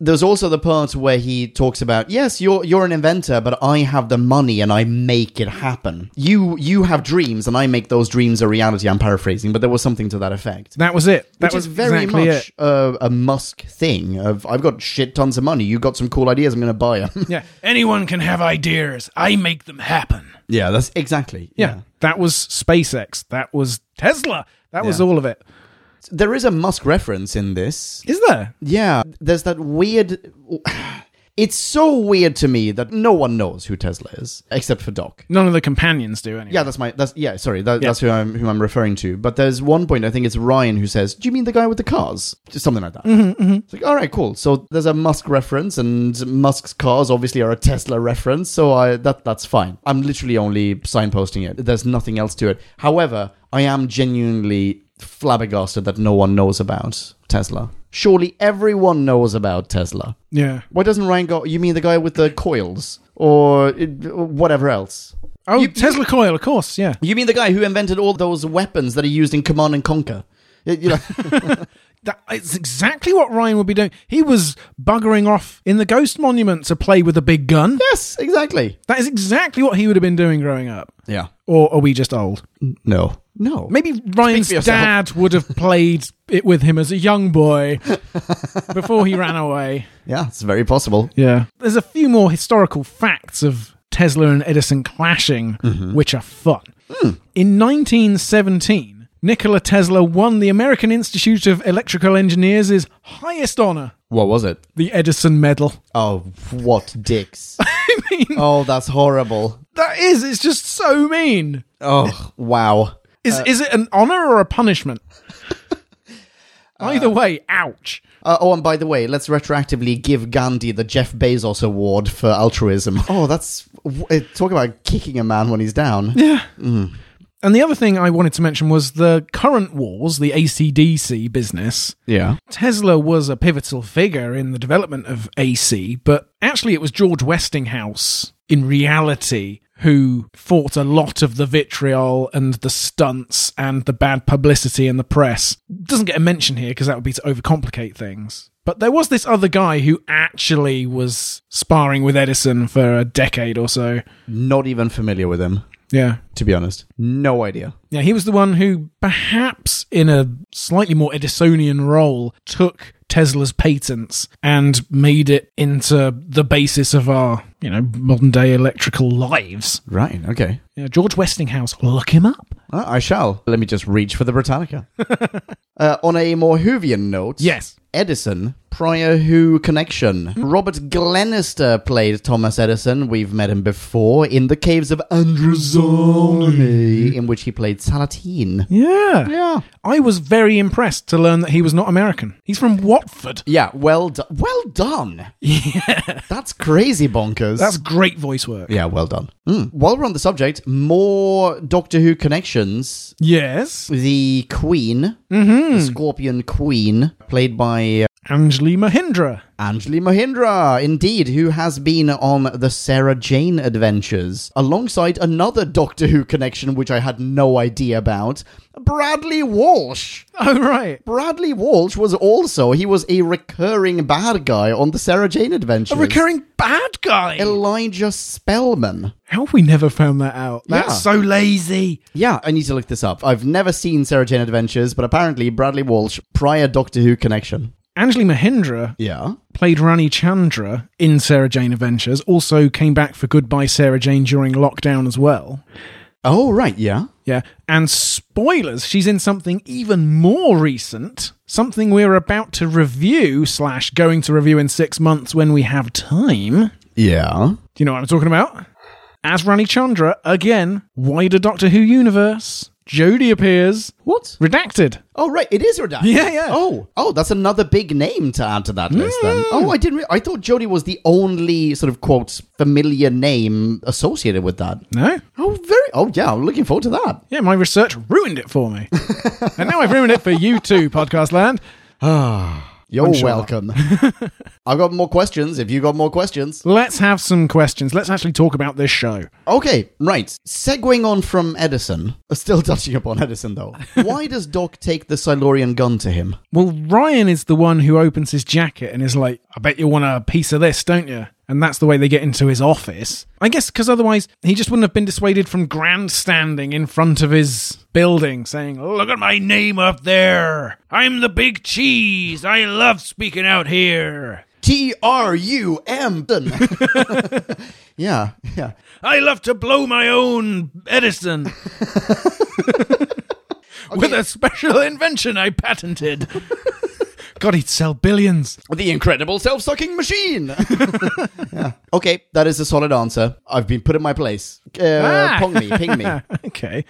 Speaker 2: There's also the part where he talks about, yes, you're you're an inventor, but I have the money and I make it happen. You you have dreams and I make those dreams a reality. I'm paraphrasing, but there was something to that effect.
Speaker 1: that was it. That
Speaker 2: Which
Speaker 1: was
Speaker 2: is very
Speaker 1: exactly
Speaker 2: much
Speaker 1: it.
Speaker 2: a, a Musk thing of I've got shit tons of money. You got some cool ideas. I'm going to buy them.
Speaker 1: Yeah. Anyone can have ideas. I make them happen.
Speaker 2: Yeah, that's exactly.
Speaker 1: Yeah. That was SpaceX. That was Tesla. That was all of it.
Speaker 2: There is a Musk reference in this.
Speaker 1: Is there?
Speaker 2: Yeah, there's that weird [SIGHS] It's so weird to me that no one knows who Tesla is except for Doc.
Speaker 1: None of the companions do anyway.
Speaker 2: Yeah, that's my that's yeah, sorry. That,
Speaker 1: Yeah.
Speaker 2: That's who I'm who I'm referring to. But there's one point I think it's Ryan who says, "Do you mean the guy with the cars?" Just something like that. It's like, "All right, cool." So there's a Musk reference and Musk's cars obviously are a Tesla reference, so I that that's fine. I'm literally only signposting it. There's nothing else to it. However, I am genuinely flabbergasted that no one knows about Tesla. Surely everyone knows about Tesla.
Speaker 1: Yeah.
Speaker 2: Why doesn't Ryan go? You mean the guy with the coils or uh, whatever else?
Speaker 1: Oh,
Speaker 2: You-
Speaker 1: Tesla coil, of course. Yeah.
Speaker 2: You mean the guy who invented all those weapons that are used in Command and Conquer? Y- you [LAUGHS] know-
Speaker 1: That it's exactly what Ryan would be doing. He was buggering off in the Ghost Monument to play with a big gun.
Speaker 2: yes, exactly.
Speaker 1: That is exactly what he would have been doing growing up.
Speaker 2: Yeah.
Speaker 1: Or are we just old?
Speaker 2: No. No.
Speaker 1: Maybe Ryan's
Speaker 2: for yourself.
Speaker 1: dad would have played it with him as a young boy before he ran away.
Speaker 2: Yeah, it's very possible.
Speaker 1: Yeah. There's a few more historical facts of Tesla and Edison clashing,
Speaker 2: Mm-hmm.
Speaker 1: which are fun.
Speaker 2: Hmm.
Speaker 1: In 1917, Nikola Tesla won the American Institute of Electrical Engineers' highest honor,
Speaker 2: What was it?
Speaker 1: the Edison Medal. [LAUGHS]
Speaker 2: Oh, what [LAUGHS] dicks.
Speaker 1: I mean,
Speaker 2: oh, that's horrible.
Speaker 1: that is, it's just so mean.
Speaker 2: Oh, wow.
Speaker 1: Is, is it an honor or a
Speaker 2: [LAUGHS]
Speaker 1: punishment? Either way, ouch.
Speaker 2: Uh, oh, and by the way, let's retroactively give Gandhi the Jeff Bezos Award for altruism. Oh, that's. w- eh, Talk about kicking a man when he's down.
Speaker 1: Yeah. And the other thing I wanted to mention was the current wars, the ACDC business.
Speaker 2: Yeah.
Speaker 1: Tesla was a pivotal figure in the development of AC, but actually it was George Westinghouse in reality who fought a lot of the vitriol and the stunts and the bad publicity in the press. Doesn't get a mention here because that would be to overcomplicate things. But there was this other guy who actually was sparring with Edison for a decade or so.
Speaker 2: Not even familiar with him,
Speaker 1: Yeah.
Speaker 2: to be honest. No idea.
Speaker 1: Yeah, he was the one who, perhaps in a slightly more Edisonian role, took Tesla's patents and made it into the basis of our, you know, modern day electrical lives.
Speaker 2: Right, okay.
Speaker 1: Yeah, George Westinghouse, look him up.
Speaker 2: Uh, I shall. Let me just reach for the Britannica. [LAUGHS] uh, on a more Hoovian note,
Speaker 1: Yes.
Speaker 2: Edison, prior Who connection. Robert Glenister played Thomas Edison. We've met him before in the caves of Androzone, in which he played Salatine.
Speaker 1: Yeah.
Speaker 2: Yeah.
Speaker 1: I was very impressed to learn that he was not American. He's from Watford. [LAUGHS]
Speaker 2: Yeah, well done. Well done. Yeah. That's crazy bonkers.
Speaker 1: That's great voice work.
Speaker 2: yeah, well done. Mm. While we're on the subject, more Doctor Who connections.
Speaker 1: Yes.
Speaker 2: The Queen, the Scorpion Queen, played by
Speaker 1: Anjali Mahindra.
Speaker 2: Anjali Mahindra, indeed, who has been on the Sarah Jane adventures, alongside another Doctor Who connection, which I had no idea about Bradley Walsh.
Speaker 1: Oh, right.
Speaker 2: Bradley Walsh was also, he was a recurring bad guy on the Sarah Jane adventures.
Speaker 1: A recurring bad guy.
Speaker 2: Elijah Spellman.
Speaker 1: How have we never found that out? That's
Speaker 2: Yeah.
Speaker 1: so lazy.
Speaker 2: Yeah, I need to look this up. I've never seen Sarah Jane Adventures, but apparently Bradley Walsh, prior Doctor Who connection.
Speaker 1: Anjali Mahindra
Speaker 2: Yeah.
Speaker 1: played Rani Chandra in Sarah Jane Adventures, also came back for Goodbye Sarah Jane during lockdown as well.
Speaker 2: Oh, right, yeah.
Speaker 1: Yeah. And spoilers, she's in something even more recent, something we're about to review, slash, going to review in six months when we have time.
Speaker 2: Yeah.
Speaker 1: Do you know what I'm talking about? As Rani Chandra, again, wider Doctor Who universe. Jodie appears,
Speaker 2: What?
Speaker 1: redacted.
Speaker 2: Oh, right, it is redacted.
Speaker 1: Yeah, yeah.
Speaker 2: Oh, oh, that's another big name to add to that list then. Oh, I didn't. Re- I thought Jodie was the only sort of quote familiar name associated with that.
Speaker 1: No?
Speaker 2: Oh, very. Oh, yeah. I'm looking forward to that.
Speaker 1: Yeah, my research ruined it for me. and now I've ruined it for you too, Podcast Land.
Speaker 2: You're
Speaker 1: Unsure.
Speaker 2: [LAUGHS] welcome. I've got more questions. If you got more questions,
Speaker 1: Let's have some questions. Let's actually talk about this show.
Speaker 2: Okay, right. Segueing on from Edison, uh, still [LAUGHS] touching upon Edison [LAUGHS] though. Why does Doc take the Silurian gun to him?
Speaker 1: Well, Ryan is the one who opens his jacket and is like, I bet you want a piece of this, don't you? And that's the way they get into his office. I guess because otherwise he just wouldn't have been dissuaded from grandstanding in front of his building saying, Look at my name up there. I'm the big cheese. I love speaking out here.
Speaker 2: T R U [LAUGHS] M. Yeah, yeah.
Speaker 1: I love to blow my own [LAUGHS] Edison. With a special invention I patented. [LAUGHS] God, he'd sell billions.
Speaker 2: The incredible self-sucking machine. [LAUGHS] yeah. Okay, that is a solid answer. I've been put in my place. Uh,
Speaker 1: Ah.
Speaker 2: Pong me, ping me.
Speaker 1: [LAUGHS] Okay.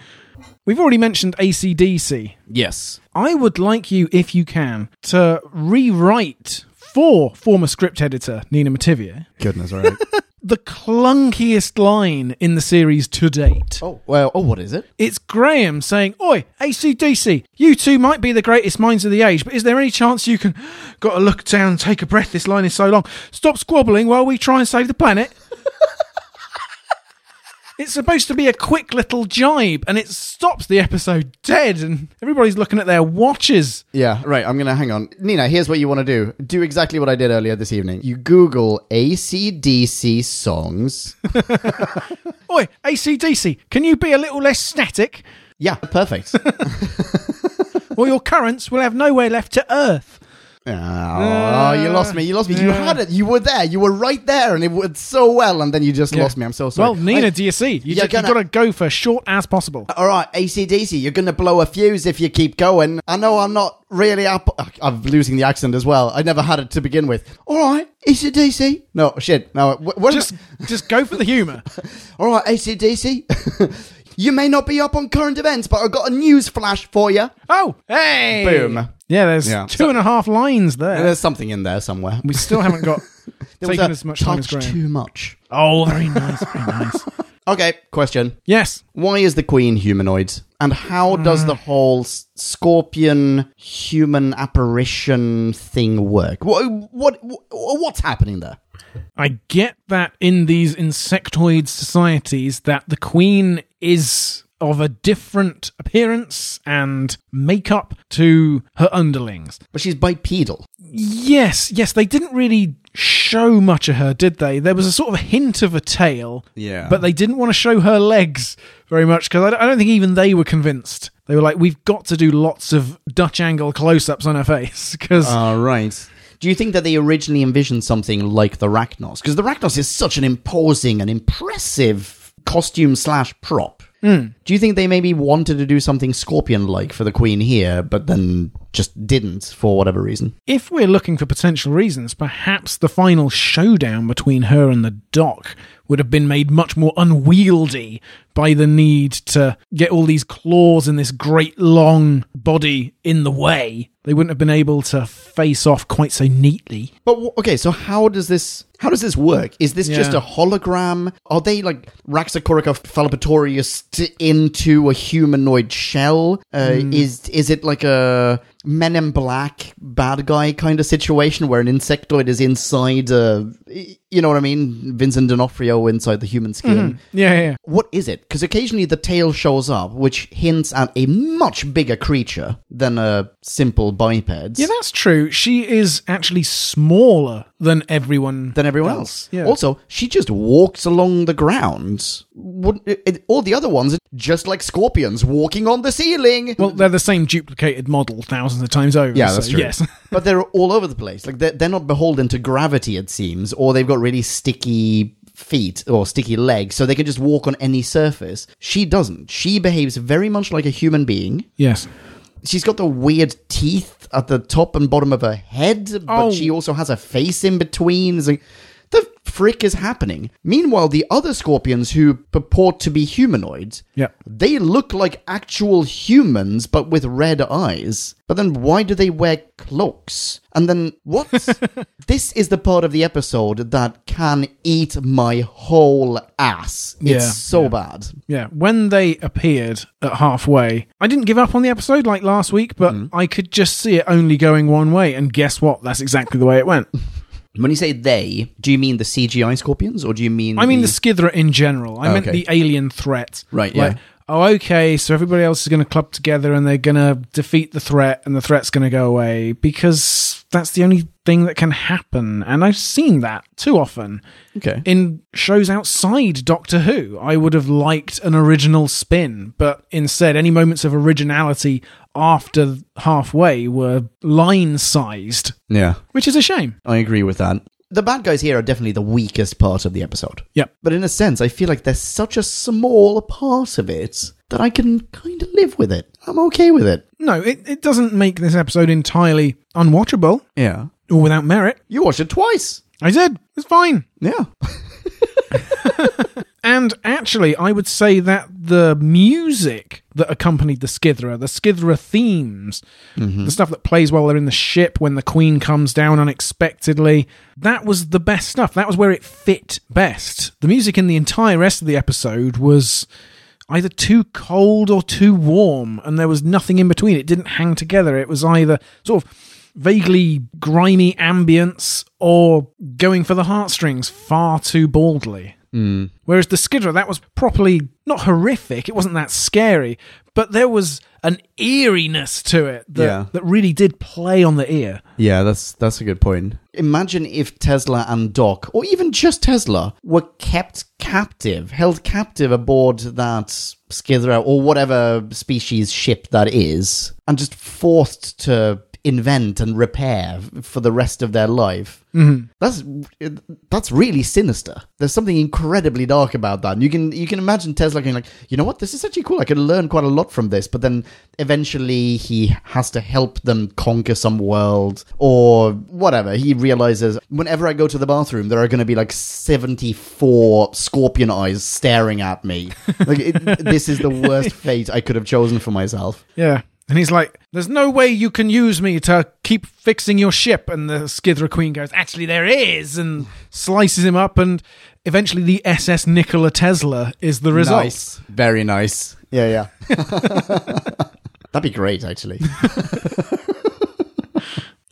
Speaker 1: We've already mentioned ACDC.
Speaker 2: [LAUGHS] Yes.
Speaker 1: I would like you, if you can, to rewrite for former script editor Nina Mativier
Speaker 2: Goodness, all right.
Speaker 1: [LAUGHS] the clunkiest line in the series to date.
Speaker 2: Oh, well, oh, what is it?
Speaker 1: It's Graham saying, Oi, ACDC, you two might be the greatest minds of the age, but is there any chance you can. [SIGHS] Gotta look down, take a breath, this line is so long. Stop squabbling while we try and save the planet. [LAUGHS] it's supposed to be a quick little jibe, and it stops the episode dead, and everybody's looking at their watches.
Speaker 2: Yeah, right. I'm going to hang on. Nina, here's what you want to do. Do exactly what I did earlier this evening. You Google ACDC [LAUGHS] songs.
Speaker 1: Oi, ACDC, can you be a little less static,
Speaker 2: yeah, [LAUGHS] perfect.
Speaker 1: or your currents will have nowhere left to earth?
Speaker 2: oh, you lost me. You lost me. You
Speaker 1: Yeah.
Speaker 2: had it. You were there. You were right there, and it went so well, and then you just lost me. I'm so sorry.
Speaker 1: Well, Nina,
Speaker 2: I-
Speaker 1: do you see? You
Speaker 2: You're
Speaker 1: just, you
Speaker 2: gonna-
Speaker 1: gotta go for short as possible.
Speaker 2: All right, ACDC, you're going to blow a fuse if you keep going. I know I'm not really up. uh, I'm losing the accent as well. I never had it to begin with. All right, ACDC. No, shit. No, wh-
Speaker 1: [LAUGHS]
Speaker 2: what
Speaker 1: just just go for the humor.
Speaker 2: All right, ACDC. [LAUGHS] you may not be up on current events, but I've got a news flash for you.
Speaker 1: Oh, hey!
Speaker 2: Boom.
Speaker 1: Yeah, there's
Speaker 2: Yeah.
Speaker 1: two and a half lines there.
Speaker 2: There's something in there somewhere.
Speaker 1: we still haven't got
Speaker 2: [LAUGHS] There was
Speaker 1: Uh, taken
Speaker 2: a
Speaker 1: as much time as
Speaker 2: touch
Speaker 1: Graham.
Speaker 2: too much.
Speaker 1: Oh, very nice, very
Speaker 2: [LAUGHS]
Speaker 1: nice.
Speaker 2: Okay, question.
Speaker 1: yes,
Speaker 2: Why is the queen humanoid? And how does the whole s- scorpion human apparition thing work? What, what, what what's happening there?
Speaker 1: I get that in these insectoid societies that the queen is of a different appearance and makeup to her underlings.
Speaker 2: But she's bipedal.
Speaker 1: Yes, yes, they didn't really show much of her, did they? There was a sort of hint of a tail,
Speaker 2: Yeah.
Speaker 1: but they didn't want to show her legs very much because I, don't- I don't think even they were convinced. They were like, "We've got to do lots of Dutch angle close-ups on her face because
Speaker 2: All right. Do you think that they originally envisioned something like the Rachnos? Because the Rachnos is such an imposing and impressive costume slash prop. Do you think they maybe wanted to do something scorpion like for the Queen here, but then just didn't for whatever reason?
Speaker 1: if we're looking for potential reasons, perhaps the final showdown between her and the Doc would have been made much more unwieldy by the need to get all these claws and this great long body in the way. They wouldn't have been able to face off quite so neatly.
Speaker 2: But wh- okay, so how does this how does this work? Is this just
Speaker 1: Yeah.
Speaker 2: a hologram? Are they like Raxacorica falapatorius into a humanoid shell? Uh, Is is it like a Men in Black bad guy kind of situation where an insectoid is inside? A, you know what I mean? Vincent D'Onofrio inside the human skin.
Speaker 1: Yeah, yeah, yeah.
Speaker 2: What is it? Because occasionally the tail shows up, which hints at a much bigger creature than a simple biped.
Speaker 1: Yeah, that's true. She is actually smaller than everyone.
Speaker 2: than everyone else.
Speaker 1: yeah.
Speaker 2: Also, she just walks along the ground. Wouldn't- it- it- all the other ones are just like scorpions walking on the ceiling.
Speaker 1: well, they're the same duplicated model thousands of times over.
Speaker 2: Yeah, that's
Speaker 1: so
Speaker 2: true.
Speaker 1: Yes. [LAUGHS]
Speaker 2: but they're all over the place. Like they're, they're not beholden to gravity, it seems, or they've got really sticky feet or sticky legs, so they can just walk on any surface. She doesn't. She behaves very much like a human being.
Speaker 1: yes.
Speaker 2: She's got the weird teeth at the top and bottom of her head, but
Speaker 1: Oh.
Speaker 2: she also has a face in between. It's like, the frick is happening? Meanwhile, the other scorpions who purport to be humanoids,
Speaker 1: Yeah.
Speaker 2: they look like actual humans, but with red eyes. But then why do they wear cloaks? And then
Speaker 1: [LAUGHS]
Speaker 2: what? this is the part of the episode that can eat my whole ass.
Speaker 1: Yeah.
Speaker 2: It's so bad.
Speaker 1: Yeah, when they appeared at halfway, I didn't give up on the episode like last week, but
Speaker 2: Mm-hmm.
Speaker 1: I could just see it only going one way. And guess what? That's exactly the way it went.
Speaker 2: When you say they, do you mean the CGI scorpions or do you mean
Speaker 1: I mean, the
Speaker 2: [LAUGHS]
Speaker 1: Skithra in general. I meant
Speaker 2: okay.
Speaker 1: the alien threat.
Speaker 2: Right,
Speaker 1: Like,
Speaker 2: yeah.
Speaker 1: oh, okay, so everybody else is going to club together and they're going to defeat the threat and the threat's going to go away because that's the only thing that can happen. And I've seen that too often.
Speaker 2: Okay.
Speaker 1: in shows outside Doctor Who. I would have liked an original spin, but instead, any moments of originality after halfway were line sized,
Speaker 2: Yeah.
Speaker 1: which is a shame.
Speaker 2: I agree with that. The bad guys here are definitely the weakest part of the episode.
Speaker 1: Yep.
Speaker 2: But in a sense, I feel like they're such a small part of it that I can kind of live with it. I'm okay with it.
Speaker 1: No, it, it doesn't make this episode entirely unwatchable
Speaker 2: Yeah.
Speaker 1: or without merit.
Speaker 2: You watched it twice.
Speaker 1: I did. It's fine.
Speaker 2: Yeah.
Speaker 1: And actually, I would say that the music that accompanied the Skithera, the Skithera themes, the stuff that plays while they're in the ship when the Queen comes down unexpectedly, that was the best stuff. That was where it fit best. The music in the entire rest of the episode was either too cold or too warm, and there was nothing in between. It didn't hang together. It was either sort of vaguely grimy ambience or going for the heartstrings far too baldly. Whereas the Skidra, that was properly not horrific. It wasn't that scary, but there was an eeriness to it that,
Speaker 2: Yeah.
Speaker 1: that really did play on the ear.
Speaker 2: Yeah, that's that's a good point. Imagine if Tesla and Doc, or even just Tesla, were kept captive, held captive aboard that Skithera or whatever species ship that is, and just forced to invent and repair for the rest of their life. That's that's really sinister. There's something incredibly dark about that. And you can you can imagine Tesla going like, you know what, this is actually cool. I can learn quite a lot from this. But then eventually he has to help them conquer some world or whatever. He realizes whenever I go to the bathroom, there are going to be like 74 scorpion eyes staring
Speaker 3: [LAUGHS]
Speaker 2: at me. Like it, this is the worst fate I could have chosen for myself.
Speaker 1: Yeah. And he's like, There's no way you can use me to keep fixing your ship. And the Skithra Queen goes, Actually, there is. And slices him up. And eventually, the SS Nikola Tesla is the result.
Speaker 2: Nice.
Speaker 3: Very nice.
Speaker 2: Yeah, yeah. [LAUGHS] That'd be great, actually.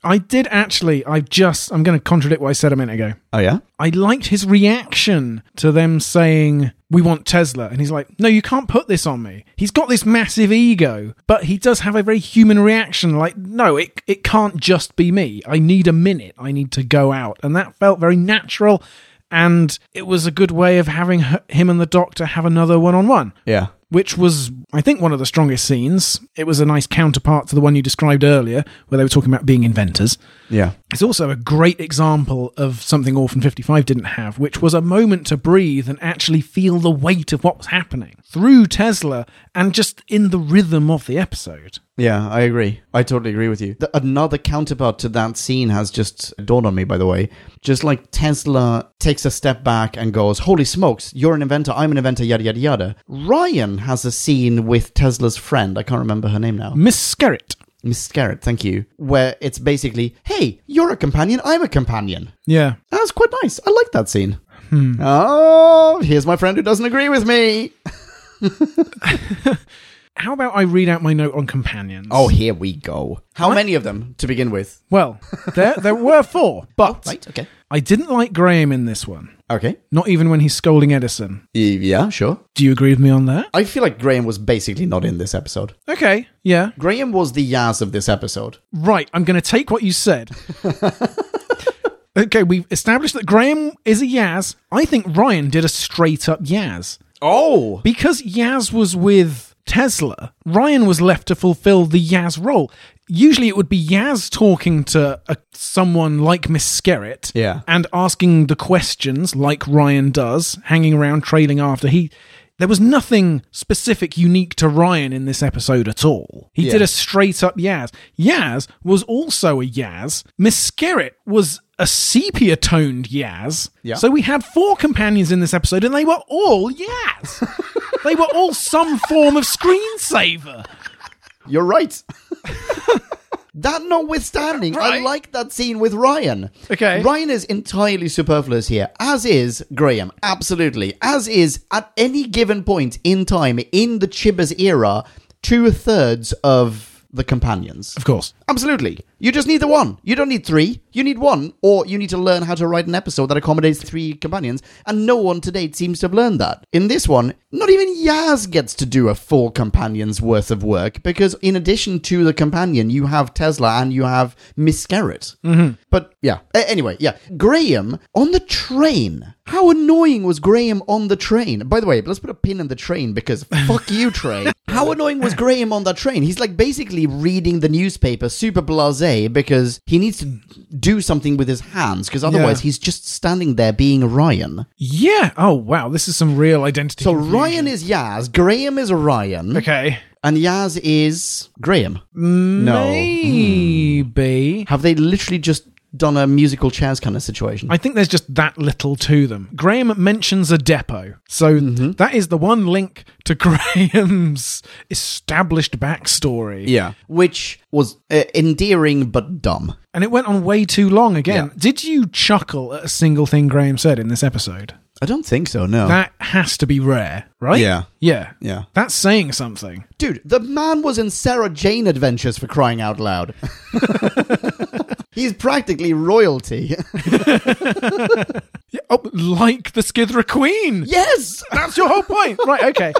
Speaker 1: I did actually, I just, I'm going to contradict what I said a minute ago.
Speaker 2: Oh yeah.
Speaker 1: I liked his reaction to them saying, We want Tesla. And he's like, No, you can't put this on me. He's got this massive ego, but he does have a very human reaction. Like, No, it, it can't just be me. I need a minute. I need to go out. And that felt very natural. And it was a good way of having h- him and the doctor have another one on one
Speaker 3: Yeah.
Speaker 1: which was, I think, one of the strongest scenes. It was a nice counterpart to the one you described earlier, where they were talking about being inventors.
Speaker 3: Yeah.
Speaker 1: It's also a great example of something Orphan 55 didn't have, which was a moment to breathe and actually feel the weight of what was happening through Tesla and just in the rhythm of the episode.
Speaker 3: Yeah, I agree. I totally agree with you.
Speaker 2: The, another counterpart to that scene has just dawned on me, by the way. Just like Tesla takes a step back and goes, Holy smokes, you're an inventor, I'm an inventor, yada, yada, yada. Ryan has a scene with Tesla's friend. I can't remember her name now.
Speaker 1: Miss Skerritt.
Speaker 2: Miss Scarrett, thank you. Where it's basically, Hey, you're a companion, I'm a companion.
Speaker 1: Yeah.
Speaker 2: That's quite nice. I like that scene.
Speaker 3: Hmm.
Speaker 2: Oh, here's my friend who doesn't agree with me.
Speaker 1: How about I read out my note on companions?
Speaker 2: Oh, here we go.
Speaker 3: How many of them to begin with?
Speaker 1: well, there, there were
Speaker 2: [LAUGHS]
Speaker 1: four, but
Speaker 2: Oh, Right, okay.
Speaker 1: I didn't like Graham in this one,
Speaker 2: Okay.
Speaker 1: not even when he's scolding Edison.
Speaker 2: Yeah, sure.
Speaker 1: Do you agree with me on that?
Speaker 2: I feel like Graham was basically not in this episode.
Speaker 1: Okay, yeah.
Speaker 2: Graham was the Yaz of this episode.
Speaker 1: Right, I'm going to take what you said. okay, we've established that Graham is a Yaz. I think Ryan did a straight up Yaz.
Speaker 3: Oh,
Speaker 1: Because Yaz was with Tesla, Ryan was left to fulfill the Yaz role. Usually it would be Yaz talking to a, someone like Miss Skerritt
Speaker 3: Yeah.
Speaker 1: and asking the questions like Ryan does, hanging around, trailing after. He. There was nothing specific unique to Ryan in this episode at all. He did a straight up Yaz. Yaz was also a Yaz. Miss Skerritt was a sepia toned Yaz.
Speaker 3: Yeah.
Speaker 1: So we had four companions in this episode, and they were all Yaz. they were all some form of screensaver.
Speaker 2: You're right. [LAUGHS] that notwithstanding, I
Speaker 1: Right.
Speaker 2: like that scene with Ryan.
Speaker 1: Okay.
Speaker 2: Ryan is entirely superfluous here, as is Graham, absolutely. As is, at any given point in time in the Chibbers era, two thirds of the companions.
Speaker 1: Of course.
Speaker 2: Absolutely. You just need the one. You don't need three. You need one, or you need to learn how to write an episode that accommodates three companions, and no one to date seems to have learned that. In this one, not even Yaz gets to do a full companion's worth of work, because in addition to the companion, you have Tesla and you have Miss Skerritt. Mm-hmm. But yeah. A- anyway, yeah. Graham on the train. How annoying was Graham on the train? By the way, let's put a pin in the
Speaker 1: [LAUGHS]
Speaker 2: train because fuck you, train. How annoying was Graham on that train? He's like basically reading the newspaper, super blase, because he needs to do something with his hands, because otherwise
Speaker 1: Yeah.
Speaker 2: he's just standing there being Ryan.
Speaker 1: Yeah. Oh, wow. This is some real identity.
Speaker 2: So
Speaker 1: confusion.
Speaker 2: Ryan is Yaz, Graham is Ryan,
Speaker 1: Okay.
Speaker 2: and Yaz is Graham. Oh.
Speaker 1: Maybe.
Speaker 2: Have they literally just Donna musical chairs kind of situation.
Speaker 1: I think there's just that little to them. Graham mentions a depot. So that is the one link to [LAUGHS] Graham's established backstory.
Speaker 3: Yeah.
Speaker 2: which was uh, endearing but dumb.
Speaker 1: And it went on way too long again. Did you chuckle at a single thing Graham said in this episode?
Speaker 3: I don't think so, no.
Speaker 1: That has to be rare, right?
Speaker 3: Oh. Yeah.
Speaker 1: Yeah.
Speaker 3: Yeah.
Speaker 1: That's saying something.
Speaker 2: Dude, the man was in Sarah Jane Adventures for crying out [LAUGHS] loud. He's practically royalty.
Speaker 1: Yeah, oh, like the Skithra Queen.
Speaker 2: yes!
Speaker 1: That's your whole point.
Speaker 3: [LAUGHS]
Speaker 1: Right, okay.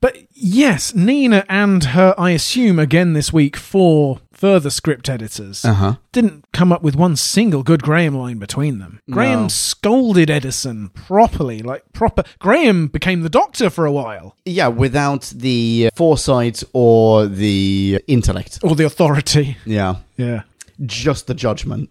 Speaker 1: But yes, Nina and her, I assume, again this week, four further script editors
Speaker 3: Uh-huh.
Speaker 1: didn't come up with one single good Graham line between them. Graham scolded Edison properly, like proper. Graham became the doctor for a while,
Speaker 2: [LAUGHS] Yeah, without the uh, foresight or the intellect.
Speaker 1: or the authority. [LAUGHS]
Speaker 2: Yeah.
Speaker 1: Yeah, Mm,
Speaker 2: Just the judgment.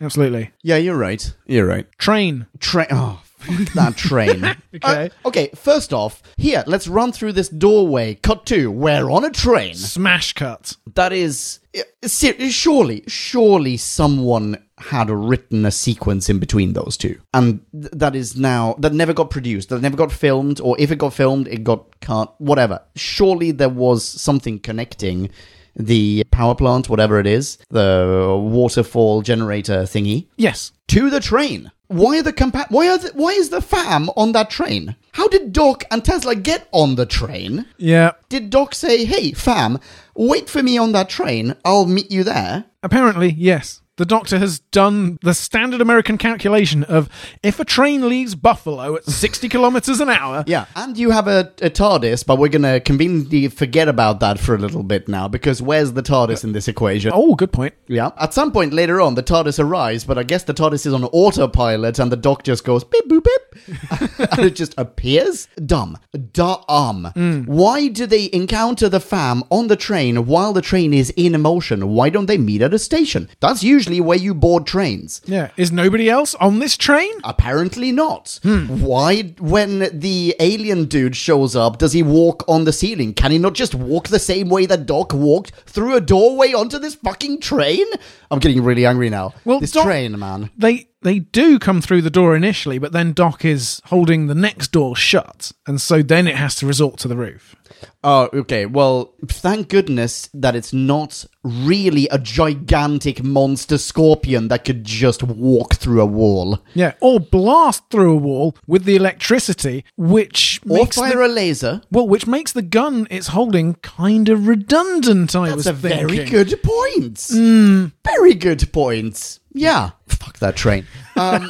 Speaker 1: absolutely.
Speaker 3: Yeah, you're right. You're right.
Speaker 1: Train.
Speaker 2: Train. Oh, [LAUGHS] fuck that train.
Speaker 1: Okay.
Speaker 2: Uh, [LAUGHS] okay, first off, here, let's run through this doorway. Cut two. We're on a train.
Speaker 1: Smash cut.
Speaker 2: That is. uh, ser- Surely, surely someone had written a sequence in between those two. And th- that is now. That never got produced. That never got filmed. Or if it got filmed, it got cut. Whatever. Surely there was something connecting the power plant, whatever it is, the waterfall generator thingy,
Speaker 1: Yes.
Speaker 2: to the train. Why are the compa- why are the, why is the fam on that train? How did Doc and Tesla get on the train?
Speaker 1: Yeah.
Speaker 2: Did Doc say, "Hey fam, wait for me on that train. I'll meet you there."
Speaker 1: Apparently, yes. The doctor has done the standard American calculation of if a train leaves
Speaker 2: [LAUGHS]
Speaker 1: Buffalo at 60 kilometers an hour,
Speaker 2: Yeah, and you have a, a TARDIS, but we're gonna conveniently forget about that for a little bit now because where's the TARDIS in this equation?
Speaker 1: Oh, good point.
Speaker 2: Yeah. At some point later on, the TARDIS arrives, but I guess the TARDIS is on autopilot and the Doc just goes beep boop beep. [LAUGHS] and it just appears. Dumb. Dumb. Why do they encounter the fam on the train while the train is in motion? Why don't they meet at a station? That's usually where you board trains.
Speaker 1: Yeah. Is nobody else on this train?
Speaker 2: Apparently not.
Speaker 1: Hmm.
Speaker 2: Why, when the alien dude shows up, does he walk on the ceiling? Can he not just walk the same way that Doc walked through a doorway onto this fucking train? I'm getting really angry now.
Speaker 1: Well,
Speaker 2: this
Speaker 1: Doc-
Speaker 2: train, man.
Speaker 1: They they do come through the door initially, but then Doc is holding the next door shut, and so then it has to resort to the roof.
Speaker 2: Oh, okay. Well, thank goodness that it's not really a gigantic monster scorpion that could just walk through a wall
Speaker 1: Yeah, or blast through a wall with the electricity, which
Speaker 2: or
Speaker 1: makes
Speaker 2: fire
Speaker 1: the,
Speaker 2: a laser.
Speaker 1: well, which makes the gun it's holding kind of redundant. I was
Speaker 2: That's a
Speaker 1: thinking. Hmm.
Speaker 2: very good point. Very good point. Yeah. Fuck
Speaker 1: [LAUGHS]
Speaker 2: that train. Um,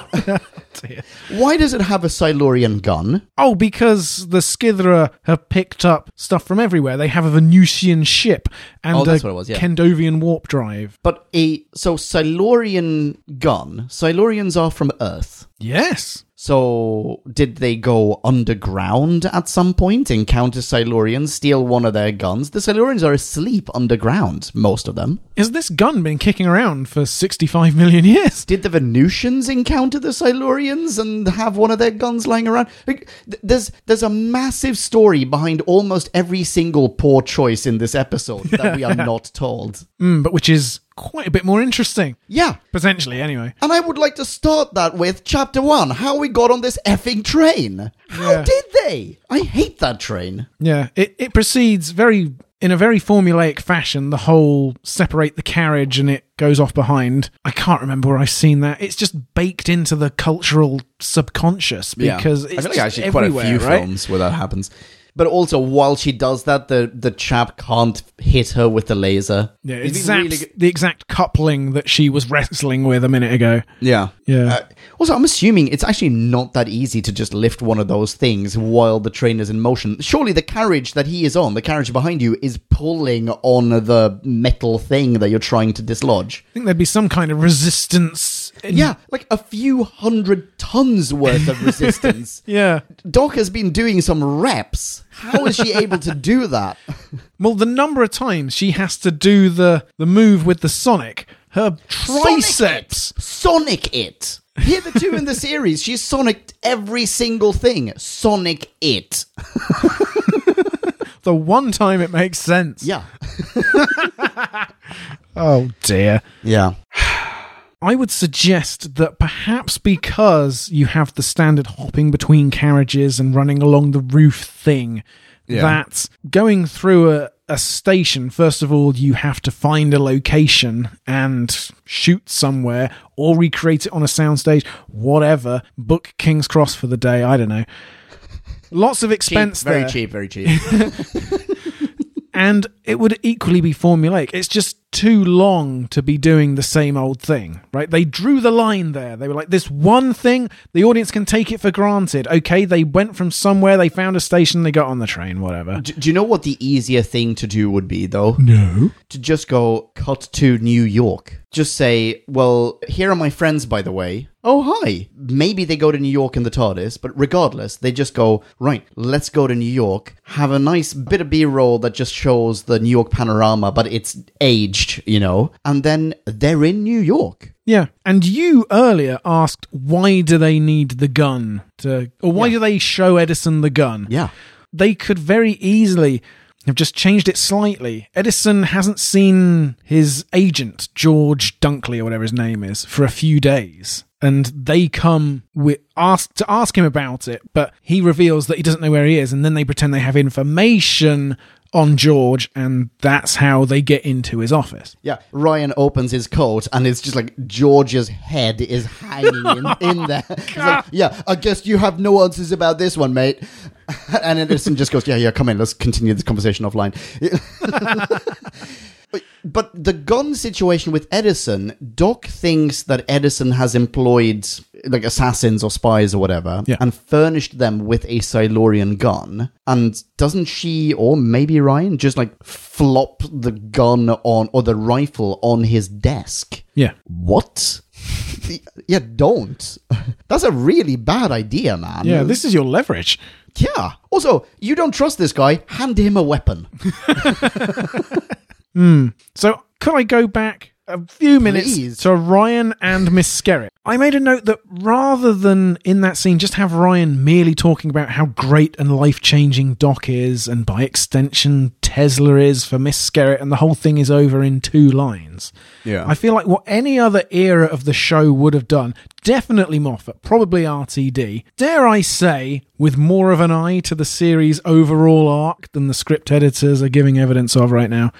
Speaker 2: why does it have a Silurian gun?
Speaker 1: Oh, because the Skithera have picked up stuff from everywhere. They have a Venusian ship and
Speaker 2: Oh, that's
Speaker 1: a
Speaker 2: what it was, yeah.
Speaker 1: Kendovian warp drive.
Speaker 2: But a so Silurian gun. Silurians are from Earth.
Speaker 1: Yes.
Speaker 2: So did they go underground at some point? Encounter Silurians, steal one of their guns. The Silurians are asleep underground, most of them.
Speaker 1: Has this gun been kicking around for 65 million years?
Speaker 2: Did the Venusians encounter the Silurians and have one of their guns lying around? Like, th- there's there's a massive story behind almost every single poor choice in this episode that we are not told.
Speaker 1: Mm, but which is quite a bit more interesting.
Speaker 2: Yeah.
Speaker 1: Potentially, anyway.
Speaker 2: And I would like to start that with chapter one, how we got on this effing train. How
Speaker 1: Yeah.
Speaker 2: did they? I hate that train.
Speaker 1: Yeah. It, it proceeds very. In a very formulaic fashion, the whole separate the carriage and it goes off behind. I can't remember where I've seen that. It's just baked into the cultural subconscious because it's
Speaker 3: I feel like
Speaker 1: just
Speaker 3: actually quite
Speaker 1: everywhere,
Speaker 3: a few
Speaker 1: right?
Speaker 3: films where that happens.
Speaker 2: But also, while she does that, the, the chap can't hit her with the laser.
Speaker 1: Yeah,
Speaker 2: It'd be
Speaker 1: exact,
Speaker 2: really good-
Speaker 1: the exact coupling that she was wrestling with a minute ago.
Speaker 3: Yeah.
Speaker 1: Yeah.
Speaker 2: Uh, Also, I'm assuming it's actually not that easy to just lift one of those things while the train is in motion. Surely the carriage that he is on, the carriage behind you, is pulling on the metal thing that you're trying to dislodge.
Speaker 1: I think there'd be some kind of resistance. in-
Speaker 2: Yeah, like a few hundred tons worth [LAUGHS] of resistance.
Speaker 1: Yeah.
Speaker 2: Doc has been doing some reps. How is she able to do [LAUGHS] that?
Speaker 1: Well, the number of times she has to do the the move with the Sonic, her triceps.
Speaker 2: Sonic it. Hitherto in the series, she's sonicked every single thing. Sonic it.
Speaker 1: The one time it makes sense.
Speaker 2: Yeah.
Speaker 1: Oh dear.
Speaker 2: Yeah.
Speaker 1: I would suggest that perhaps because you have the standard hopping between carriages and running along the roof thing, that going through a, a station, first of all, you have to find a location and shoot somewhere or recreate it on a soundstage, whatever. Book King's Cross for the day, I don't know. Lots of expense
Speaker 2: Cheap, very
Speaker 1: there
Speaker 2: cheap, very cheap.
Speaker 1: and it would equally be formulaic. It's just too long to be doing the same old thing, right? They drew the line there. They were like, this one thing, the audience can take it for granted. Okay, they went from somewhere, they found a station, they got on the train, whatever.
Speaker 2: [LAUGHS] do, do you know what the easier thing to do would be, though? No. To just go cut to New York. Just say, well, here are my friends, by the way. Oh, hi. Maybe they go to New York in the TARDIS, but regardless, they just go, right, let's go to New York, have a nice bit of B roll that just shows the New York panorama, but it's aged, you know? And then they're in New York.
Speaker 1: Yeah. And you earlier asked, why do they need the gun to, or why do they show Edison the gun?
Speaker 2: Yeah.
Speaker 1: they could very easily have just changed it slightly. Edison hasn't seen his agent, George Dunkley or whatever his name is, for a few days. And they come with ask to ask him about it, but he reveals that he doesn't know where he is, and then they pretend they have information on George, and that's how they get into his office.
Speaker 2: Yeah, Ryan opens his coat and it's just like George's head is hanging in, in there. It's like, yeah, I guess you have no answers about this one, mate. and Edison just goes, yeah, yeah, come in, let's continue this
Speaker 1: [LAUGHS]
Speaker 2: conversation offline. But- But the gun situation with Edison, Doc thinks that Edison has employed like assassins or spies or whatever
Speaker 1: Yeah.
Speaker 2: and furnished them with a Silurian gun. And doesn't she or maybe Ryan just like flop the gun on or the rifle on his desk?
Speaker 1: Yeah.
Speaker 2: What? [LAUGHS] yeah, don't. [LAUGHS] That's a really bad idea, man.
Speaker 1: Yeah, this is your leverage.
Speaker 2: Yeah. Also, you don't trust this guy, hand him a weapon.
Speaker 1: So could I go back a few minutes
Speaker 2: Please.
Speaker 1: to Ryan and Miss Skerritt? I made a note that rather than in that scene just have Ryan merely talking about how great and life changing Doc is, and by extension Tesla is for Miss Skerritt, and the whole thing is over in two lines.
Speaker 3: Yeah.
Speaker 1: I feel like what any other era of the show would have done, definitely Moffat, probably RTD, dare I say, with more of an eye to the series' overall arc than the script editors are giving evidence of right now,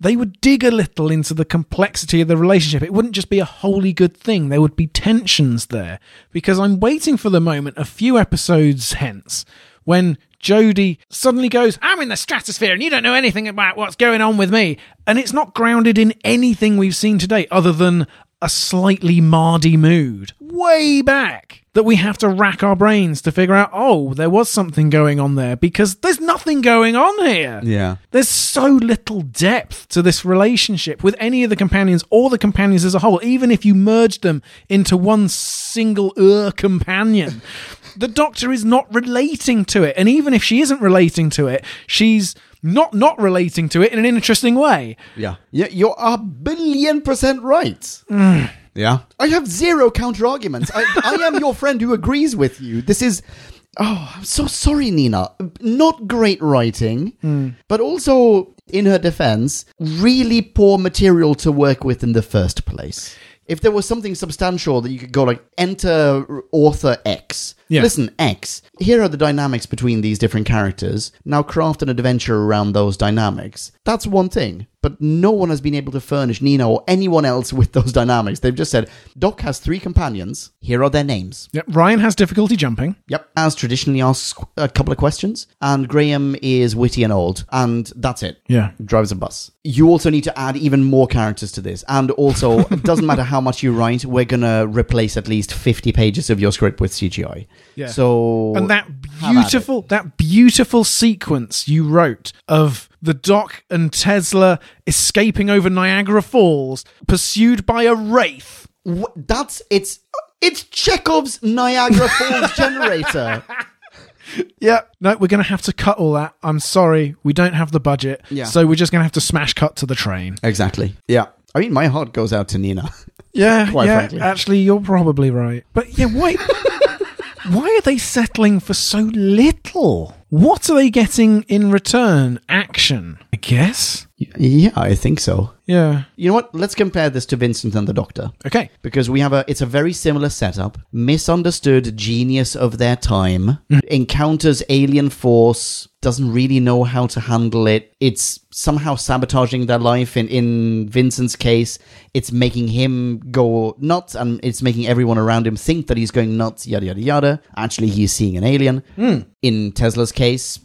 Speaker 1: they would dig a little into the complexity of the relationship. It wouldn't just be a wholly good thing, there would be tensions there. Because I'm waiting for the moment, a few episodes hence, when Jodie suddenly goes, I'm in the stratosphere and you don't know anything about what's going on with me. And it's not grounded in anything we've seen today other than a slightly mardy mood way back that we have to rack our brains to figure out oh there was something going on there because there's nothing going on here
Speaker 3: Yeah.
Speaker 1: there's so little depth to this relationship with any of the companions or the companions as a whole, even if you merge them into one single er [LAUGHS] companion. the doctor is not relating to it. And even if she isn't relating to it, she's not not relating to it in an interesting way.
Speaker 3: Yeah.
Speaker 2: Yeah, you're a billion percent right.
Speaker 3: Yeah.
Speaker 2: I have zero counter arguments. I, I am your friend who agrees with you. This is. Oh, I'm so sorry, Nina. Not great writing, but also, in her defense, really poor material to work with in the first place. If there was something substantial that you could go like, enter author X.
Speaker 1: Yeah.
Speaker 2: Listen, X, here are the dynamics between these different characters. Now craft an adventure around those dynamics. That's one thing. But no one has been able to furnish Nina or anyone else with those [LAUGHS] dynamics. They've just said, Doc has three companions. Here are their names.
Speaker 1: Yep, Ryan has difficulty jumping.
Speaker 2: Yep. As traditionally asks a couple of questions. And Graham is witty and old. And that's it
Speaker 1: Yeah.
Speaker 2: drives a bus. You also need to add even more characters to this.
Speaker 1: [LAUGHS]
Speaker 2: And also, it doesn't matter how much you write, we're going to replace at least 50 pages of your script with CGI.
Speaker 1: Yeah.
Speaker 2: So.
Speaker 1: and that
Speaker 2: have at it.
Speaker 1: beautiful that beautiful sequence you wrote of the doc and tesla escaping over niagara falls pursued by a wraith
Speaker 2: Wh- That's. It's. It's Chekhov's Niagara
Speaker 1: [LAUGHS]
Speaker 2: Falls generator.
Speaker 1: yeah no we're gonna have to cut all that i'm sorry we don't have the budget
Speaker 2: Yeah.
Speaker 1: so we're just gonna have to smash cut to the train
Speaker 2: Exactly.
Speaker 3: Yeah.
Speaker 2: I mean, my heart goes out to Nina.
Speaker 1: yeah
Speaker 2: Quite
Speaker 1: yeah
Speaker 2: frankly.
Speaker 1: actually you're probably right but yeah [LAUGHS] why why are they settling for so little what are they getting in return action i guess
Speaker 3: Yeah, I think so.
Speaker 1: Yeah.
Speaker 2: You know what? Let's compare this to Vincent and the Doctor.
Speaker 1: Okay.
Speaker 2: because we have a it's a very similar setup misunderstood genius of their time
Speaker 1: Mm.
Speaker 2: encounters alien force doesn't really know how to handle it it's somehow sabotaging their life in in vincent's case it's making him go nuts and it's making everyone around him think that he's going nuts yada yada yada actually he's seeing an alien
Speaker 1: Hmm.
Speaker 2: in tesla's case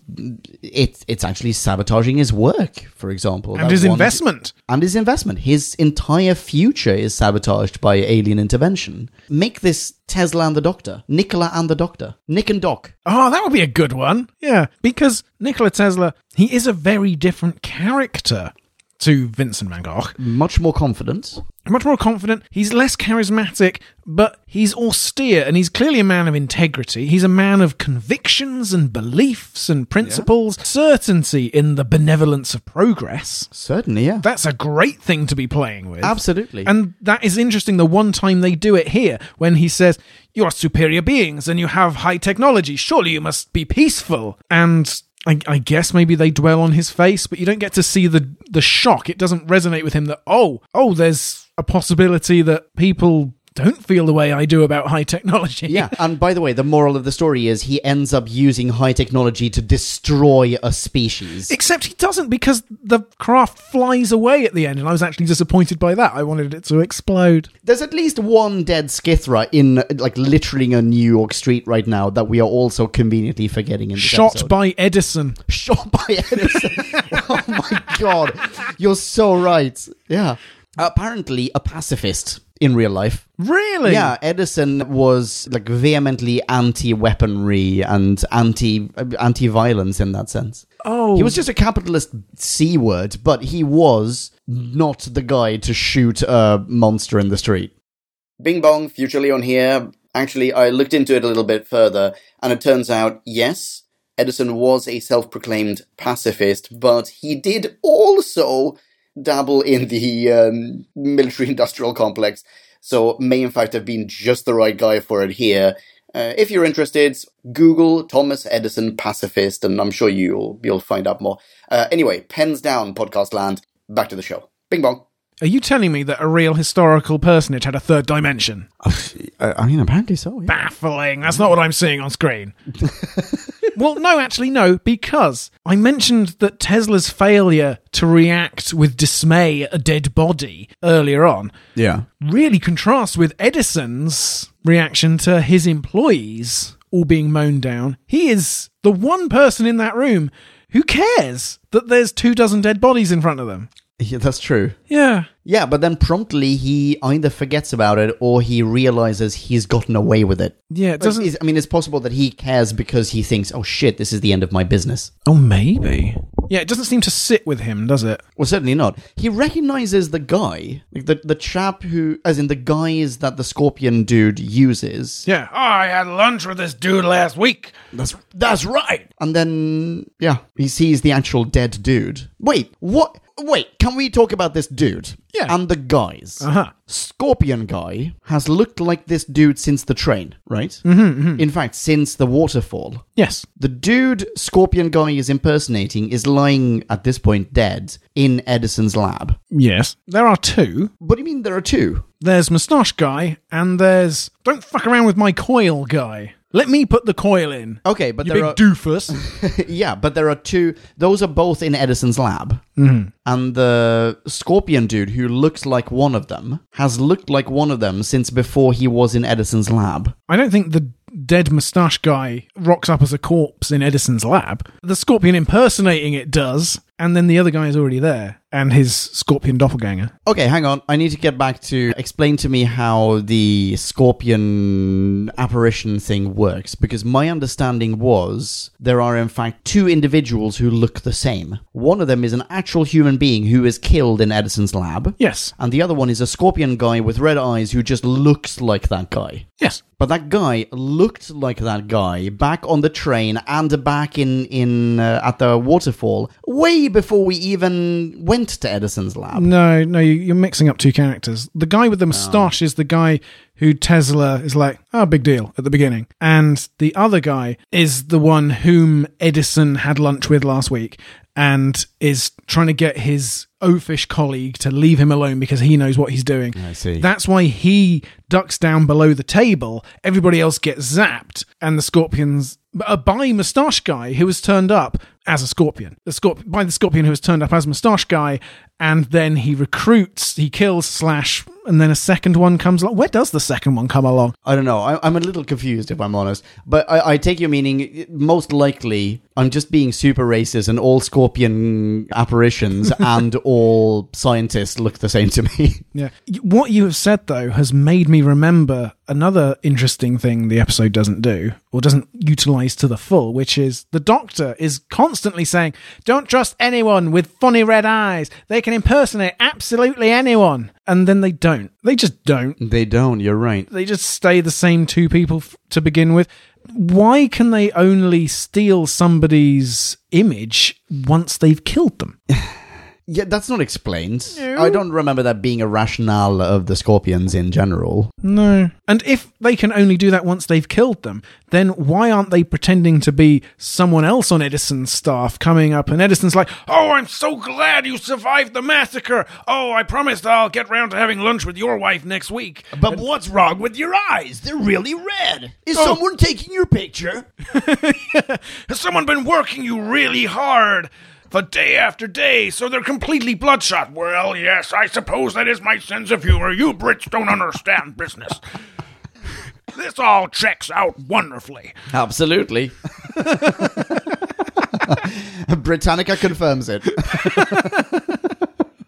Speaker 2: it, it's actually sabotaging his work for example
Speaker 1: And
Speaker 2: That
Speaker 1: his
Speaker 2: one-
Speaker 1: investment.
Speaker 2: and his investment. His entire future is sabotaged by alien intervention. Make this Tesla and the Doctor, Nikola and the Doctor, Nick and Doc.
Speaker 1: Oh, that would be a good one. Yeah, because Nikola Tesla, he is a very different character to Vincent van Gogh.
Speaker 2: Much more confident.
Speaker 1: Much more confident, he's less charismatic, but he's austere and he's clearly a man of integrity. He's a man of convictions and beliefs and principles, certainty in the benevolence of progress.
Speaker 2: Certainly, yeah.
Speaker 1: That's a great thing to be playing with.
Speaker 2: Absolutely.
Speaker 1: And that is interesting. The one time they do it here, when he says, You are superior beings and you have high technology. Surely you must be peaceful. And. I, I guess maybe they dwell on his face, but you don't get to see the the shock. It doesn't resonate with him that oh oh, there's a possibility that people don't feel the way I do about high technology.
Speaker 2: yeah, and by the way, the moral of the story is he ends up using high technology to destroy a species.
Speaker 1: Except he doesn't because the craft flies away at the end, and I was actually disappointed by that. I wanted it to explode.
Speaker 2: There's at least one dead Skithra in, like, literally a New York street right now that we are also conveniently forgetting in this
Speaker 1: Shot
Speaker 2: episode.
Speaker 1: by Edison.
Speaker 2: shot [LAUGHS] by Edison. oh my god, you're so right. Yeah, apparently a pacifist in real life.
Speaker 1: Really?
Speaker 2: Yeah, Edison was like vehemently anti-weaponry and anti anti-violence in that sense.
Speaker 1: Oh.
Speaker 2: He was just a capitalist c word, but he was not the guy to shoot a monster in the street. Bing bong, Future Leon here. Actually, I looked into it a little bit further, and it turns out, yes, Edison was a self proclaimed pacifist, but he did also dabble in the um, military [LAUGHS] industrial complex, so may in fact have been just the right guy for it here. Uh, if you're interested, Google Thomas Edison pacifist, and I'm sure you'll you'll find out more. Uh, anyway, pens down, podcast land. Back to the show. Bing bong.
Speaker 1: Are you telling me that a real historical personage had a third dimension?
Speaker 3: I, I mean, apparently so. Yeah.
Speaker 1: Baffling. That's not what I'm seeing on screen. well, no, actually, no, because I mentioned that Tesla's failure to react with dismay at a dead body earlier on
Speaker 3: Yeah.
Speaker 1: really contrasts with Edison's reaction to his employees all being mown down. He is the one person in that room who cares that there's two dozen dead bodies in front of them.
Speaker 3: Yeah, that's true.
Speaker 1: Yeah.
Speaker 2: Yeah, but then promptly he either forgets about it or he realizes he's gotten away with it.
Speaker 1: Yeah, it doesn't.
Speaker 2: Doesn't, I mean, it's possible that he cares because he thinks, oh shit, this is the end of my business.
Speaker 1: Oh, maybe. Yeah, it doesn't seem to sit with him, does it?
Speaker 2: Well, certainly not. He recognizes the guy, like the, the chap who, as in the guys that the scorpion dude uses.
Speaker 1: Yeah. Oh, I had lunch with this dude last week.
Speaker 3: That's that's right.
Speaker 2: And then, yeah, he sees the actual dead dude. Wait, what? Wait, can we talk about this dude?
Speaker 1: Yeah.
Speaker 2: And the guys.
Speaker 1: Uh huh.
Speaker 2: Scorpion guy has looked like this dude since the train, right? Mm-hmm, In fact, since the waterfall.
Speaker 1: Yes.
Speaker 2: The dude Scorpion guy is impersonating is lying at this point dead in Edison's lab.
Speaker 1: Yes. There are two.
Speaker 2: What do you mean there are two?
Speaker 1: There's Moustache Guy, and there's Don't Fuck Around with My Coil Guy. Let me put the coil in.
Speaker 2: Okay, but
Speaker 1: you
Speaker 2: there
Speaker 1: big
Speaker 2: are
Speaker 1: doofus.
Speaker 2: [LAUGHS] yeah, but there are two. Those are both in Edison's lab, and the Scorpion dude who looks like one of them has looked like one of them since before he was in Edison's lab.
Speaker 1: I don't think the dead Moustache Guy rocks up as a corpse in Edison's lab. The scorpion impersonating it does, and then the other guy is already there, and his scorpion doppelganger.
Speaker 2: Okay, hang on. I need to get back to explain to me how the scorpion apparition thing works because my understanding was there are in fact two individuals who look the same. One of them is an actual human being who is killed in Edison's lab.
Speaker 1: Yes.
Speaker 2: And the other one is a scorpion guy with red eyes who just looks like that guy.
Speaker 1: Yes.
Speaker 2: But that guy looked like that guy back on the train and back in in uh, at the waterfall way before we even went to Edison's lab.
Speaker 1: No, no, you- you're mixing up two characters. The guy with the moustache is the guy who Tesla is like, oh, big deal at the beginning. And the other guy is the one whom Edison had lunch with last week. and is trying to get his oafish colleague to leave him alone because he knows what he's doing. I
Speaker 3: see.
Speaker 1: That's why he ducks down below the table. Everybody else gets zapped, and the scorpions uh, by moustache guy who has turned up as a scorpion. The scorp- by the scorpion who has turned up as moustache guy, and then he recruits, he kills slash, and then a second one comes along. Where does the second one come along?
Speaker 2: I don't know. I, I'm a little confused, if I'm honest. But I, I take your meaning. Most likely, I'm just being super racist, and all scorpion [LAUGHS] apparitions and all scientists look the same to me.
Speaker 1: Yeah. Y- What you have said though has made me remember another interesting thing the episode doesn't do or doesn't utilize to the full, which is the doctor is constantly saying, "Don't trust anyone with funny red eyes. They can impersonate absolutely anyone." And then they don't. They just don't.
Speaker 2: [LAUGHS] they don't. You're right.
Speaker 1: They just stay the same two people f- to begin with. Why can they only steal somebody's image once they've killed them?
Speaker 2: Yeah, that's not explained. I don't remember that being a rationale of the scorpions in general.
Speaker 1: No. And if they can only do that once they've killed them, then why aren't they pretending to be someone else on Edison's staff coming up and Edison's like, "Oh, I'm so glad you survived the massacre. Oh, I promised I'll get round to having lunch with your wife next week."
Speaker 4: But what's wrong with your eyes? They're really red. Is
Speaker 1: Oh.
Speaker 4: someone taking your picture?
Speaker 1: Has someone been working you really hard? For day after day, so they're completely bloodshot.
Speaker 7: Well, yes, I suppose that is my sense of humor. You Brits don't understand business. this all checks out wonderfully.
Speaker 2: Absolutely. [LAUGHS] Britannica confirms it.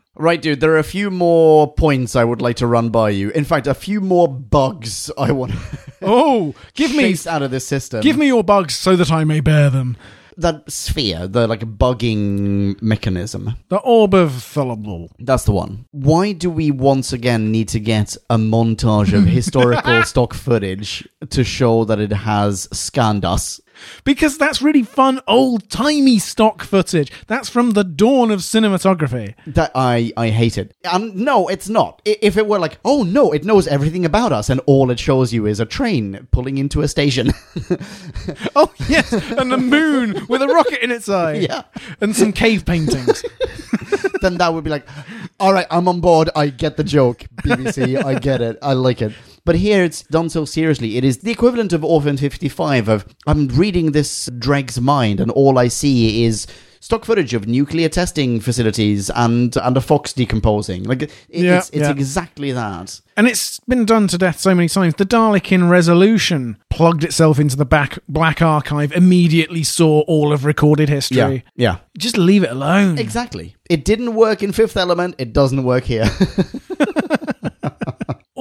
Speaker 2: [LAUGHS] right, dude, there are a few more points I would like to run by you. In fact, a few more bugs I want to
Speaker 1: Oh, [LAUGHS] give me,
Speaker 2: chase out of this system.
Speaker 1: give me your bugs so that I may bear them.
Speaker 2: that sphere, the like bugging mechanism.
Speaker 1: The orb of Thullable.
Speaker 2: That's the one. Why do we once again need to get a montage
Speaker 1: [LAUGHS]
Speaker 2: of historical stock footage to show that it has scanned us?
Speaker 1: because that's really fun old timey stock footage. That's from the dawn of cinematography.
Speaker 2: That I I hate it. Um, no, it's not. I- If it were like, oh no, it knows everything about us, and all it shows you is a train pulling into a station. [LAUGHS]
Speaker 1: Oh yes, and the moon with a rocket in its eye.
Speaker 2: Yeah.
Speaker 1: and some cave paintings.
Speaker 2: then that would be like, all right, I'm on board. I get the joke, BBC. I get it. I like it. But here it's done so seriously. It is the equivalent of Orphan 55 of I'm reading this drag's mind and all I see is stock footage of nuclear testing facilities and and a fox decomposing. Like it, it's, it's
Speaker 1: yeah.
Speaker 2: exactly that.
Speaker 1: and it's been done to death so many times. The Dalek in Resolution plugged itself into the back black archive. Immediately saw all of recorded history.
Speaker 2: Yeah.
Speaker 1: Just leave it alone.
Speaker 2: Exactly. It didn't work in Fifth Element. It doesn't work here.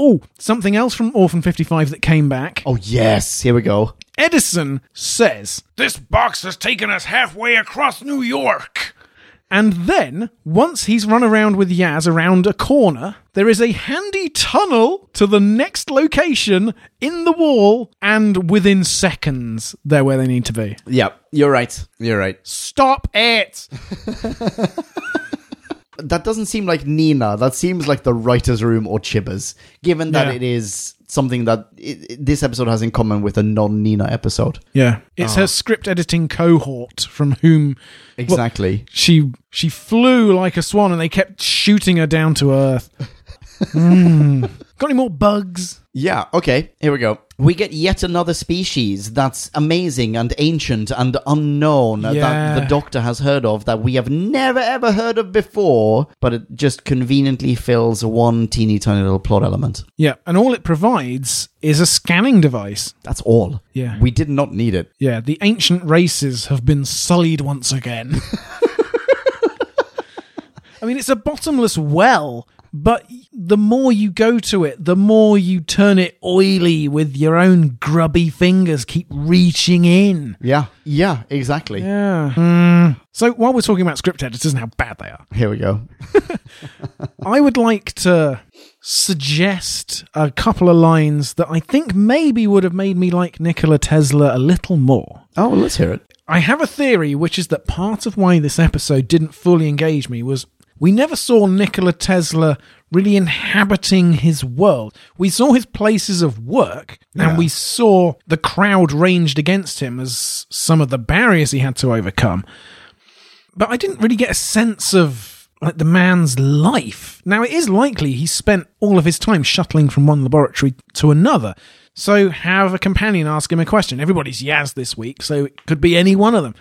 Speaker 1: Oh, something else from Orphan 55 that came back.
Speaker 2: [LAUGHS] oh yes, here we go.
Speaker 1: Edison says
Speaker 7: This box has taken us halfway across New York.
Speaker 1: And then, once he's run around with Yaz around a corner, there is a handy tunnel to the next location in the wall, and within seconds, they're where they need to be.
Speaker 2: Yeah, you're right. You're right.
Speaker 1: Stop it!
Speaker 2: that doesn't seem like Nina. That seems like the writers' room or Chibbers, given that
Speaker 1: Yeah.
Speaker 2: it is something that i i this episode has in common with a non-Nina episode.
Speaker 1: Yeah, Oh. it's her script editing cohort from whom well,
Speaker 2: Exactly.
Speaker 1: she she flew like a swan, and they kept shooting her down to [LAUGHS] earth. Mm. Got any more bugs?
Speaker 2: yeah. Okay. Here we go. We get yet another species that's amazing and ancient and unknown
Speaker 1: Yeah.
Speaker 2: that the Doctor has heard of that we have never ever heard of before, but it just conveniently fills one teeny tiny little plot element.
Speaker 1: Yeah, and all it provides is a scanning device.
Speaker 2: That's all.
Speaker 1: Yeah.
Speaker 2: We did not need it.
Speaker 1: Yeah, the ancient races have been sullied once again. [LAUGHS] I mean, it's a bottomless well, but the more you go to it, the more you turn it oily with your own grubby fingers, keep reaching in.
Speaker 2: Yeah. Yeah. Exactly.
Speaker 1: Yeah. So, while we're talking about script editors and how bad they are,
Speaker 2: Here we go.
Speaker 1: I would like to suggest a couple of lines that I think maybe would have made me like Nikola Tesla a little more.
Speaker 2: Oh, let's hear it.
Speaker 1: I have a theory, which is that part of why this episode didn't fully engage me was we never saw Nikola Tesla really inhabiting his world. We saw his places of work, and we saw the crowd ranged against him as some of the barriers he had to overcome. but I didn't really get a sense of like the man's life. Now it is likely he spent all of his time shuttling from one laboratory to another. So have a companion ask him a question. Everybody's Yaz this week, so it could be any one of them.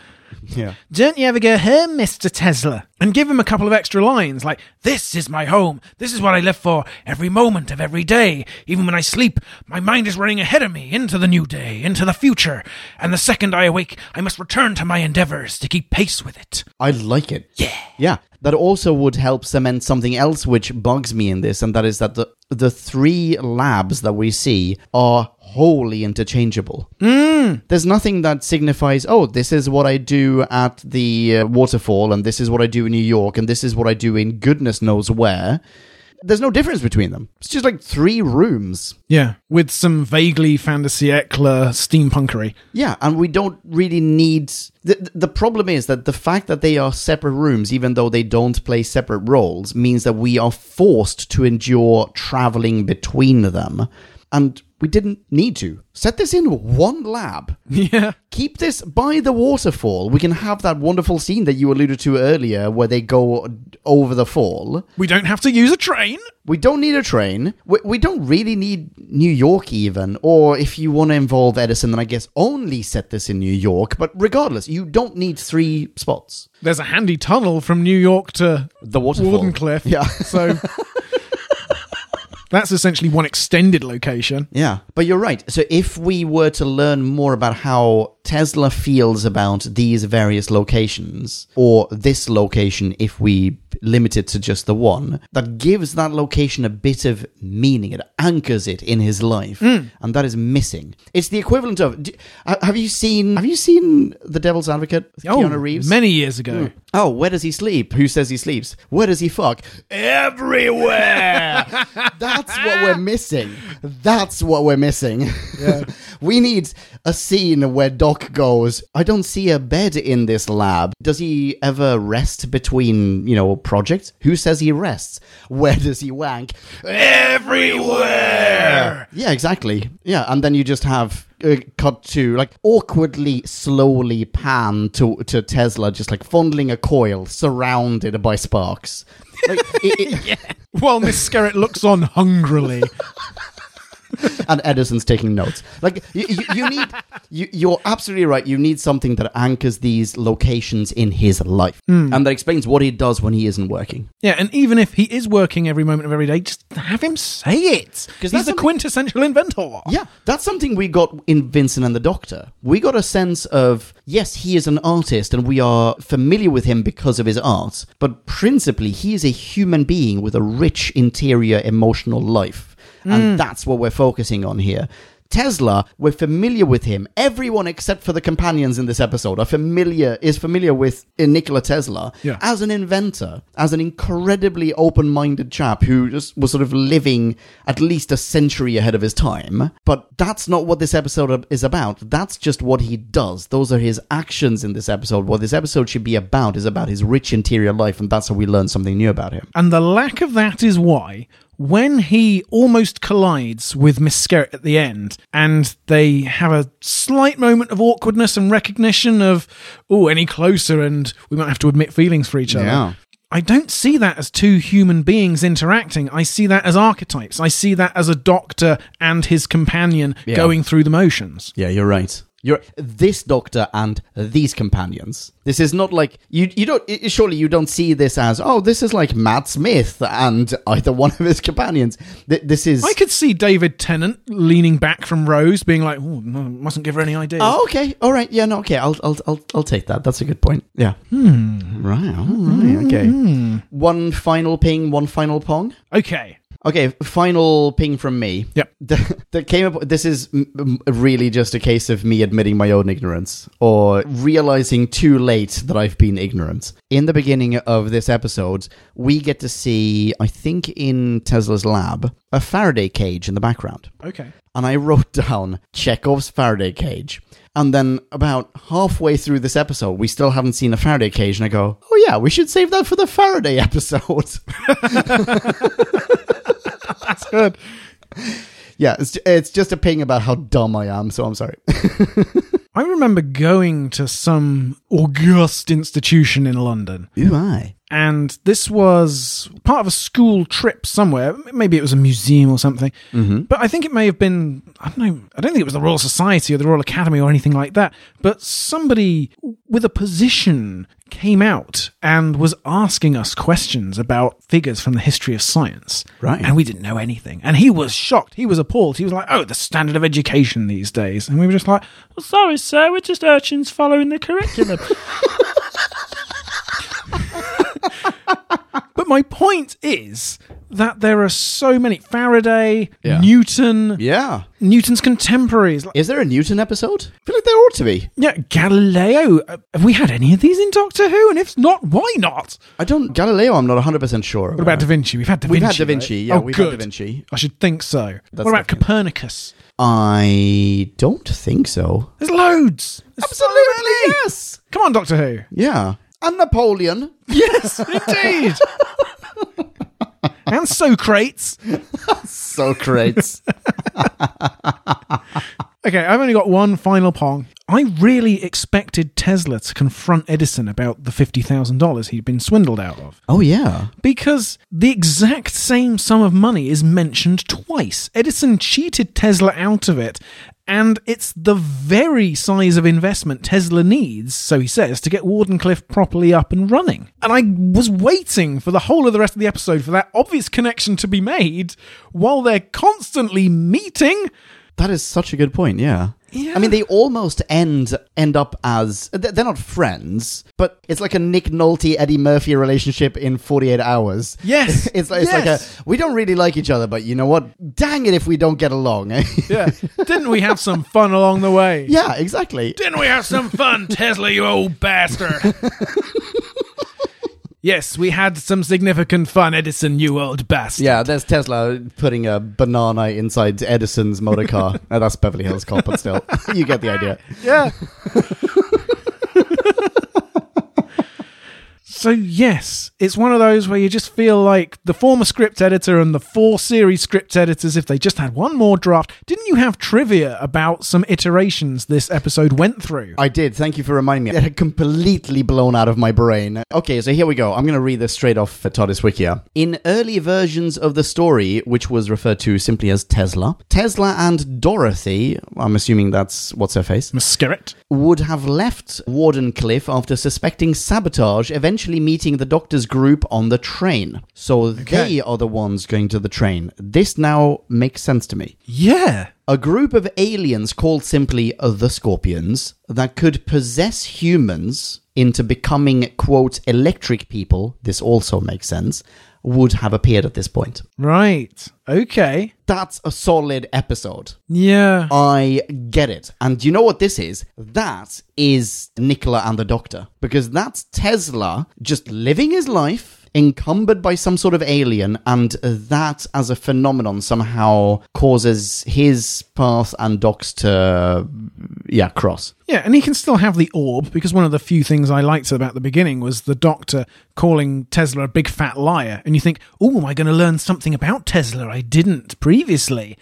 Speaker 2: Yeah.
Speaker 1: Don't you ever go home, Mr. Tesla? And give him a couple of extra lines like, This is my home. This is what I live for every moment of every day. Even when I sleep, my mind is running ahead of me into the new day, into the future. And the second I awake, I must return to my endeavors to keep pace with it.
Speaker 2: I like it.
Speaker 1: Yeah.
Speaker 2: Yeah. That also would help cement something else which bugs me in this, and that is that the the three labs that we see are wholly interchangeable. There's nothing that signifies, oh, this is what I do at the uh, waterfall, and this is what I do in New York, and this is what I do in goodness knows where. There's no difference between them. It's just like three rooms.
Speaker 1: Yeah. With some vaguely fin de siècle
Speaker 2: [LAUGHS]
Speaker 1: steampunkery.
Speaker 2: Yeah, and we don't really need. The, the problem is that the fact that they are separate rooms, even though they don't play separate roles, means that we are forced to endure traveling between them. And we didn't need to. Set this in one lab.
Speaker 1: Yeah.
Speaker 2: Keep this by the waterfall. We can have that wonderful scene that you alluded to earlier where they go over the fall.
Speaker 1: We don't have to use a train.
Speaker 2: We don't need a train. We, we don't really need New York, even. Or if you want to involve Edison, then I guess only set this in New York. But regardless, you don't need three spots.
Speaker 1: There's a handy tunnel from New York to
Speaker 2: The waterfall.
Speaker 1: Wardenclyffe.
Speaker 2: Yeah. [LAUGHS]
Speaker 1: So that's essentially one extended location.
Speaker 2: Yeah. But you're right. So if we were to learn more about how Tesla feels about these various locations, or this location, if we limit it to just the one, that gives that location a bit of meaning. It anchors it in his life, and that is missing. It's the equivalent of. d- ha- have you seen? Have you seen The Devil's Advocate? with Keanu Reeves.
Speaker 1: Oh, many years ago.
Speaker 2: Oh, where does he sleep? Who says he sleeps? Where does he fuck?
Speaker 7: Everywhere.
Speaker 2: [LAUGHS] That's what we're missing. That's what we're missing. [LAUGHS] we need a scene where Doc goes, I don't see a bed in this lab. Does he ever rest between, you know, projects? Who says he rests? [LAUGHS] Where does he wank?
Speaker 7: Everywhere.
Speaker 2: Yeah, exactly. Yeah, and then you just have uh, cut to like awkwardly, slowly pan to to Tesla, just like fondling a coil, surrounded by sparks. Like, it- it-
Speaker 1: While Miss Skerritt looks on hungrily.
Speaker 2: and Edison's taking notes. Like you, you, you need, you, you're absolutely right. You need something that anchors these locations in his life, and that explains what he does when he isn't working.
Speaker 1: Yeah, and even if he is working every moment of every day, just have him say it. Because he's
Speaker 2: that's
Speaker 1: the
Speaker 2: something-
Speaker 1: quintessential inventor.
Speaker 2: Yeah, that's something we got in Vincent and the Doctor. We got a sense of yes, he is an artist, and we are familiar with him because of his art. But principally, he is a human being with a rich interior emotional life, and that's what we're focusing on here. Tesla, we're familiar with him. Everyone except for the companions in this episode are familiar is familiar with uh, Nikola Tesla
Speaker 1: Yeah.
Speaker 2: as an inventor, as an incredibly open-minded chap who just was sort of living at least a century ahead of his time. But that's not what this episode is about. That's just what he does. Those are his actions in this episode. What this episode should be about is about his rich interior life, and that's how we learn something new about him.
Speaker 1: And the lack of that is why, when he almost collides with Miss Skerritt at the end, and they have a slight moment of awkwardness and recognition of, oh, any closer, and we might have to admit feelings for each other.
Speaker 2: Yeah.
Speaker 1: I don't see that as two human beings interacting. I see that as archetypes. I see that as a doctor and his companion going through the motions.
Speaker 2: Yeah, you're right. You're this doctor and these companions. This is not like you. You don't i- surely you don't see this as oh this is like Matt Smith and either one of his companions. Th- This is
Speaker 1: I could see David Tennant leaning back from Rose, being like, "Oh, no, mustn't give her any ideas."
Speaker 2: Oh, okay. All right. Yeah. No. Okay. I'll. I'll. I'll. I'll take that. That's a good point. Yeah.
Speaker 1: Hmm.
Speaker 2: Right. All right. Okay. One final ping. One final pong.
Speaker 1: Okay.
Speaker 2: Okay. Final ping from me. [LAUGHS]
Speaker 1: Yep.
Speaker 2: That that came up. This is m- m- really just a case of me admitting my own ignorance or realizing too late that I've been ignorant. In the beginning of this episode, we get to see, I think, in Tesla's lab, a Faraday cage in the background
Speaker 1: Okay.
Speaker 2: and I wrote [LAUGHS] down Chekhov's Faraday cage. And then about halfway through this episode, we still haven't seen a Faraday cage, and I go, "Oh yeah, we should save that for the Faraday episode." [LAUGHS]
Speaker 1: That's good.
Speaker 2: [LAUGHS] yeah, it's, it's just a ping about how dumb I am, so I'm sorry.
Speaker 1: I remember going to some august institution in London,
Speaker 2: Ooh, I.
Speaker 1: and this was part of a school trip somewhere. M- Maybe it was a museum or something. But I think it may have been, I don't know, I don't think it was the Royal Society or the Royal Academy or anything like that. But somebody with a position came out and was asking us questions about figures from the history of science.
Speaker 2: Right.
Speaker 1: And we didn't know anything. And he was shocked. He was appalled. He was like, oh, the standard of education these days. And we were just like, well, sorry, sir, we're just urchins following the curriculum. But my point is that there are so many Faraday,
Speaker 2: Yeah.
Speaker 1: Newton,
Speaker 2: Yeah.
Speaker 1: Newton's contemporaries. Like,
Speaker 2: Is there a Newton episode? I feel like there ought to be.
Speaker 1: yeah, Galileo. Uh, Have we had any of these in Doctor Who? And if not, why not?
Speaker 2: I don't. Galileo, I'm not 100% sure.
Speaker 1: What about Da Vinci? We've had Da Vinci.
Speaker 2: We've had Da
Speaker 1: right?
Speaker 2: Vinci, yeah,
Speaker 1: Oh,
Speaker 2: we've had
Speaker 1: good.
Speaker 2: Da Vinci.
Speaker 1: I should think so. what about
Speaker 2: definitely-
Speaker 1: Copernicus?
Speaker 2: I don't think so.
Speaker 1: There's loads. There's so many.
Speaker 2: yes.
Speaker 1: Come on, Doctor Who.
Speaker 2: Yeah. And Napoleon.
Speaker 1: Yes,
Speaker 2: [LAUGHS]
Speaker 1: indeed. and Socrates.
Speaker 2: So great.
Speaker 1: Okay, I've only got one final pong. I really expected Tesla to confront Edison about the $50,000 he'd been swindled out of
Speaker 2: [LAUGHS] oh, yeah.
Speaker 1: because the exact same sum of money is mentioned twice. Edison cheated Tesla out of it, and it's the very size of investment Tesla needs, so he says, to get Wardenclyffe properly up and running. And I was waiting for the whole of the rest of the episode for that obvious connection to be made while they're constantly meeting.
Speaker 2: That is such a good point. Yeah.
Speaker 1: Yeah.
Speaker 2: I mean, they almost end end up as th- they're not friends, but it's like a Nick Nolte Eddie Murphy relationship in Forty Eight Hours.
Speaker 1: Yes.
Speaker 2: [LAUGHS] it's like, it's like a
Speaker 1: Yes.
Speaker 2: we don't really like each other, but you know what? Dang it, if we don't get along. [LAUGHS]
Speaker 1: Yeah. Didn't we have some fun along the way?
Speaker 2: yeah, exactly.
Speaker 7: Didn't we have some fun, Tesla, you old bastard?
Speaker 1: Yes, we had some significant fun, Edison, you old bastard.
Speaker 2: Yeah, there's Tesla putting a banana inside Edison's motor [LAUGHS] car. Uh, that's Beverly Hills Cop, but still, [LAUGHS] you get the idea.
Speaker 1: Yeah. so yes, it's one of those where you just feel like the former script editor and the four series script editors, if they just had one more draft, didn't you have trivia about some iterations this episode went through?
Speaker 2: I did. Thank you for reminding me. It had completely blown out of my brain. Okay, so here we go. I'm going to read this straight off uh, Todd's Wikia. In early versions of the story, which was referred to simply as Tesla, Tesla and Dorothy, I'm assuming that's what's her face,
Speaker 1: Miss Skerritt.
Speaker 2: would have left Wardenclyffe after suspecting sabotage, eventually meeting the Doctor's group on the train. So they are the ones going to the train. This now makes sense to me.
Speaker 1: Yeah.
Speaker 2: A group of aliens called simply the Scorpions that could possess humans into becoming, quote, electric people, this also makes sense, would have appeared at this point.
Speaker 1: Right. Okay.
Speaker 2: That's a solid episode.
Speaker 1: Yeah.
Speaker 2: I get it. And you know what this is? That is Nicola and the Doctor. Because that's Tesla just living his life, encumbered by some sort of alien, and that as a phenomenon somehow causes his path and Doc's to, yeah, cross.
Speaker 1: Yeah, and he can still have the orb because one of the few things I liked about the beginning was the doctor calling Tesla a big fat liar. And you think, oh, am I going to learn something about Tesla I didn't previously?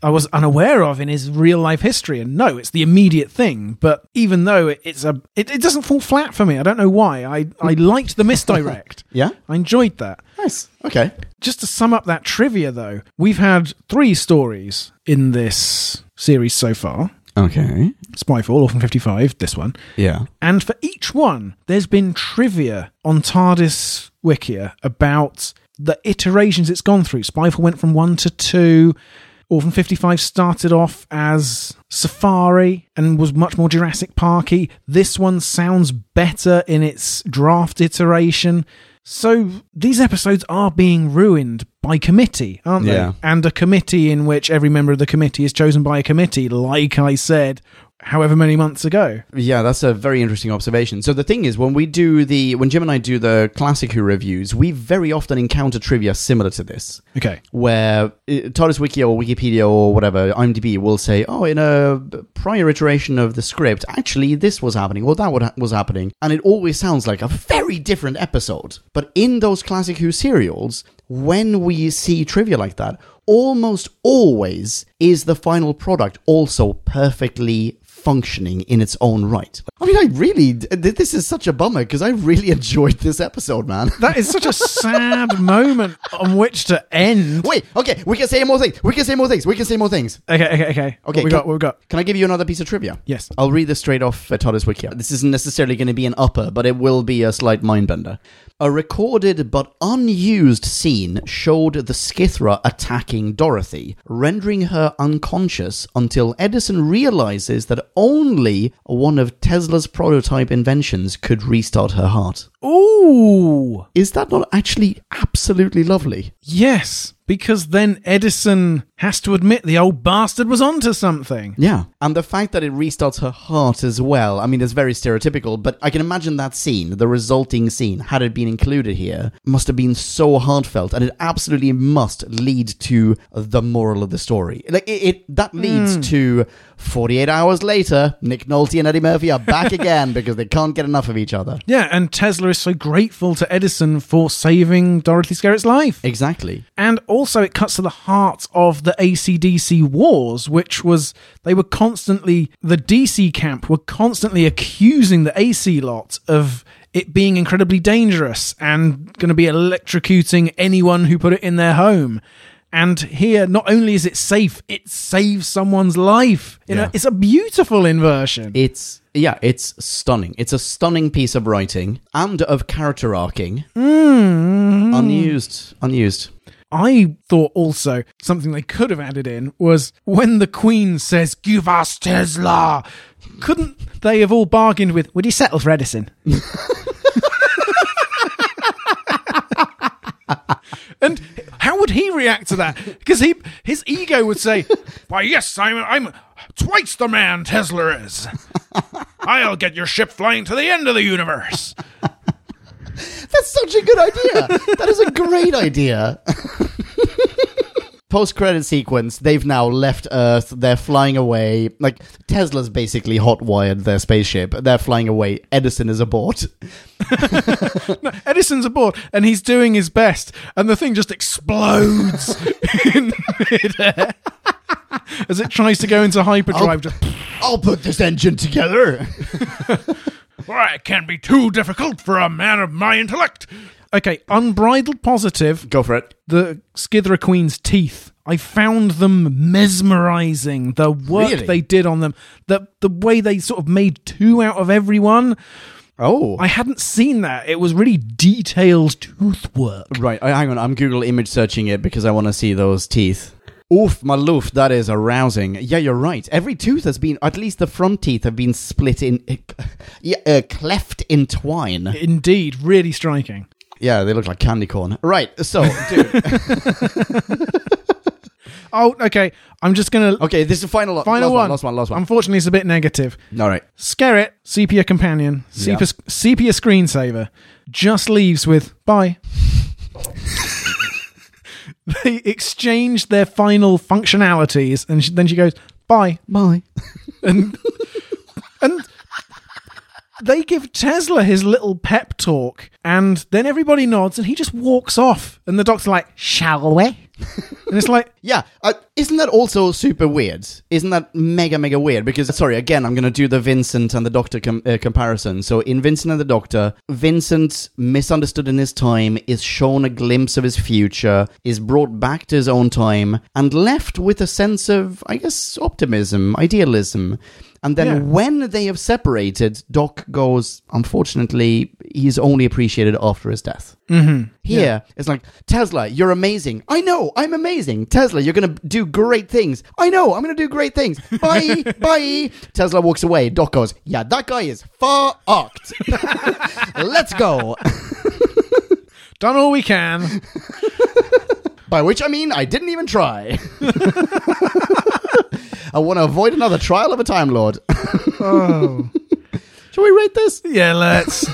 Speaker 1: I was unaware of in his real life history. And no, it's the immediate thing. But even though it- it's a, it, it doesn't fall flat for me. I don't know why. I, I liked the misdirect.
Speaker 2: Yeah?
Speaker 1: I enjoyed that.
Speaker 2: Nice. Okay.
Speaker 1: Just to sum up that trivia, though, we've had three stories in this series so far.
Speaker 2: Okay.
Speaker 1: Spyfall, Orphan 55, this one.
Speaker 2: Yeah.
Speaker 1: And for each one, there's been trivia on TARDIS Wikia about the iterations it's gone through. Spyfall went from one to two. Orphan 55 started off as Safari and was much more Jurassic Parky. This one sounds better in its draft iteration. So these episodes are being ruined by committee, aren't
Speaker 2: Yeah.
Speaker 1: they? And a committee in which every member of the committee is chosen by a committee, like I said however many months ago.
Speaker 2: Yeah, that's a very interesting observation. So the thing is, when we do the when Jim and I do the classic Who reviews, we very often encounter trivia similar to this.
Speaker 1: Okay.
Speaker 2: where uh, TARDIS Wiki or Wikipedia or whatever, IMDb will say, oh, in a prior iteration of the script, actually this was happening or that what- was happening. And it always sounds like a very different episode. But in those classic Who serials, when we see trivia like that, almost always is the final product also perfectly functioning in its own right. I mean, I really, th- this is such a bummer because I really [LAUGHS] enjoyed this episode, man. [LAUGHS]
Speaker 1: That is such a sad moment on which to end.
Speaker 2: Wait, okay, we can say more things. We can say more things. We can say more things.
Speaker 1: Okay, okay, okay. What
Speaker 2: Okay,
Speaker 1: we
Speaker 2: go-
Speaker 1: got, what we got.
Speaker 2: Can I give you another piece of trivia?
Speaker 1: Yes.
Speaker 2: I'll read this straight off uh, Todd's wiki. This isn't necessarily going to be an upper, but it will be a slight mindbender. A recorded but unused scene showed the Scythra attacking Dorothy, rendering her unconscious until Edison realizes that only one of Tesla's prototype inventions could restart her heart.
Speaker 1: Ooh.
Speaker 2: Is that not actually absolutely lovely?
Speaker 1: Yes, because then Edison has to admit the old bastard was onto something.
Speaker 2: Yeah. And the fact that it restarts her heart as well, I mean, it's very stereotypical, but I can imagine that scene, the resulting scene, had it been included here, must have been so heartfelt, and it absolutely must lead to the moral of the story. Like, it, it that leads to 48 hours later, Nick Nolte and Eddie Murphy are [LAUGHS] back again because they can't get enough of each other.
Speaker 1: Yeah, and Tesla is so grateful to Edison for saving Dorothy Skerritt's life.
Speaker 2: Exactly.
Speaker 1: And also, it cuts to the heart of the ACDC wars, which was they were constantly, the DC camp were constantly accusing the AC lot of it being incredibly dangerous and going to be electrocuting anyone who put it in their home. And here, not only is it safe, it saves someone's life. You know, it's a beautiful inversion.
Speaker 2: It's yeah, it's stunning. It's a stunning piece of writing and of character arcing.
Speaker 1: Mm-hmm.
Speaker 2: Unused, unused.
Speaker 1: I thought also something they could have added in was when the Queen says, Give us Tesla, couldn't they have all bargained with, Would you settle for Edison? [LAUGHS] and how would he react to that? Because he, his ego would say,
Speaker 7: Why, yes, I'm, I'm twice the man Tesla is. I'll get your ship flying to the end of the universe.
Speaker 2: That's such a good idea. that is a great idea. [LAUGHS] Post credit sequence, they've now left Earth, they're flying away. Like, Tesla's basically hot wired their spaceship, they're flying away. Edison is aboard.
Speaker 1: Edison's aboard and he's doing his best, and the thing just explodes in midair as it tries to go into hyperdrive. Just-
Speaker 2: I'll put this engine together.
Speaker 7: Why, it can't be too difficult for a man of my intellect.
Speaker 1: Okay, unbridled positive.
Speaker 2: [LAUGHS] Go for it.
Speaker 1: the Skithera Queen's teeth. I found them mesmerizing. The work
Speaker 2: Really?
Speaker 1: they did on them, the the way they sort of made two out of everyone.
Speaker 2: Oh.
Speaker 1: I hadn't seen that. It was really detailed tooth work.
Speaker 2: right, I- hang on. I'm Google image searching it because I want to see those teeth. Oof, my loof, that is arousing. Yeah, you're right. Every tooth has been, at least the front teeth have been split in, [LAUGHS] yeah, uh, cleft in twine.
Speaker 1: Indeed, really striking.
Speaker 2: Yeah, they look like candy corn. Right. So,
Speaker 1: [LAUGHS]
Speaker 2: dude.
Speaker 1: Oh, okay. I'm just gonna
Speaker 2: okay, this is the final,
Speaker 1: final
Speaker 2: last
Speaker 1: one.
Speaker 2: Last one. Last Oh, one.
Speaker 1: Unfortunately, it's a bit negative.
Speaker 2: All right.
Speaker 1: Skerrit, sepia companion, sepia, sepia screensaver, just leaves with bye. [LAUGHS] they exchange their final functionalities, and she, then she goes bye,
Speaker 2: Bye.
Speaker 1: and they give Tesla his little pep talk, and then everybody nods, and he just walks off, and the doctor's like, "Shall we?" [LAUGHS] and it's like,
Speaker 2: Yeah. Uh, isn't that also super weird? Isn't that mega, mega weird? Because, sorry, again, I'm going to do the Vincent and the Doctor com- uh, comparison. So, in Vincent and the Doctor, Vincent, misunderstood in his time, is shown a glimpse of his future, is brought back to his own time, and left with a sense of, I guess, optimism, idealism. And then
Speaker 1: Yeah.
Speaker 2: when they have separated, Doc goes, unfortunately, he's only appreciated after his death. Here, it's like, Tesla, you're amazing. I know, I'm amazing. Tesla, you're going to do great things. I know, I'm going to do
Speaker 1: [LAUGHS]
Speaker 2: great things. Bye, bye. Tesla walks away. Doc goes, yeah, that guy is
Speaker 1: [LAUGHS]
Speaker 2: fucked. Let's go.
Speaker 1: "Done all we can."
Speaker 2: By which I mean, I didn't even try. [LAUGHS] I want to avoid another trial of a Time Lord.
Speaker 1: [LAUGHS] Oh,
Speaker 2: Shall we rate this?
Speaker 1: yeah, let's.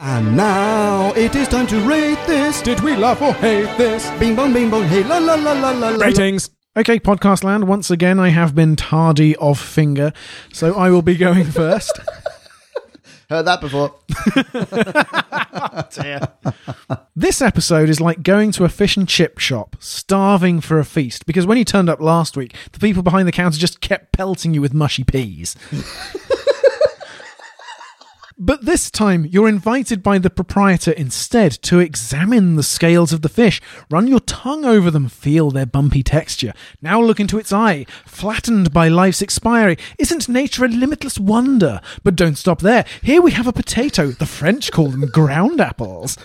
Speaker 5: And now it is time to rate this. Did we love or hate this?
Speaker 2: Bing bong, bing bong, hey, la la la la la la.
Speaker 5: Ratings.
Speaker 1: Okay, podcast land. Once [LAUGHS] again, I have been tardy of finger, so I will be going first.
Speaker 2: Heard that before.
Speaker 1: This episode is like going to a fish and chip shop, starving for a feast, because when you turned up last week, the people behind the counter just kept pelting you with mushy peas. [LAUGHS] but this time, you're invited by the proprietor instead to examine the scales of the fish, run your tongue over them, feel their bumpy texture. Now look into its eye, flattened by life's expiry. Isn't nature a limitless wonder? But don't stop there. Here we have a potato. The French call them ground apples.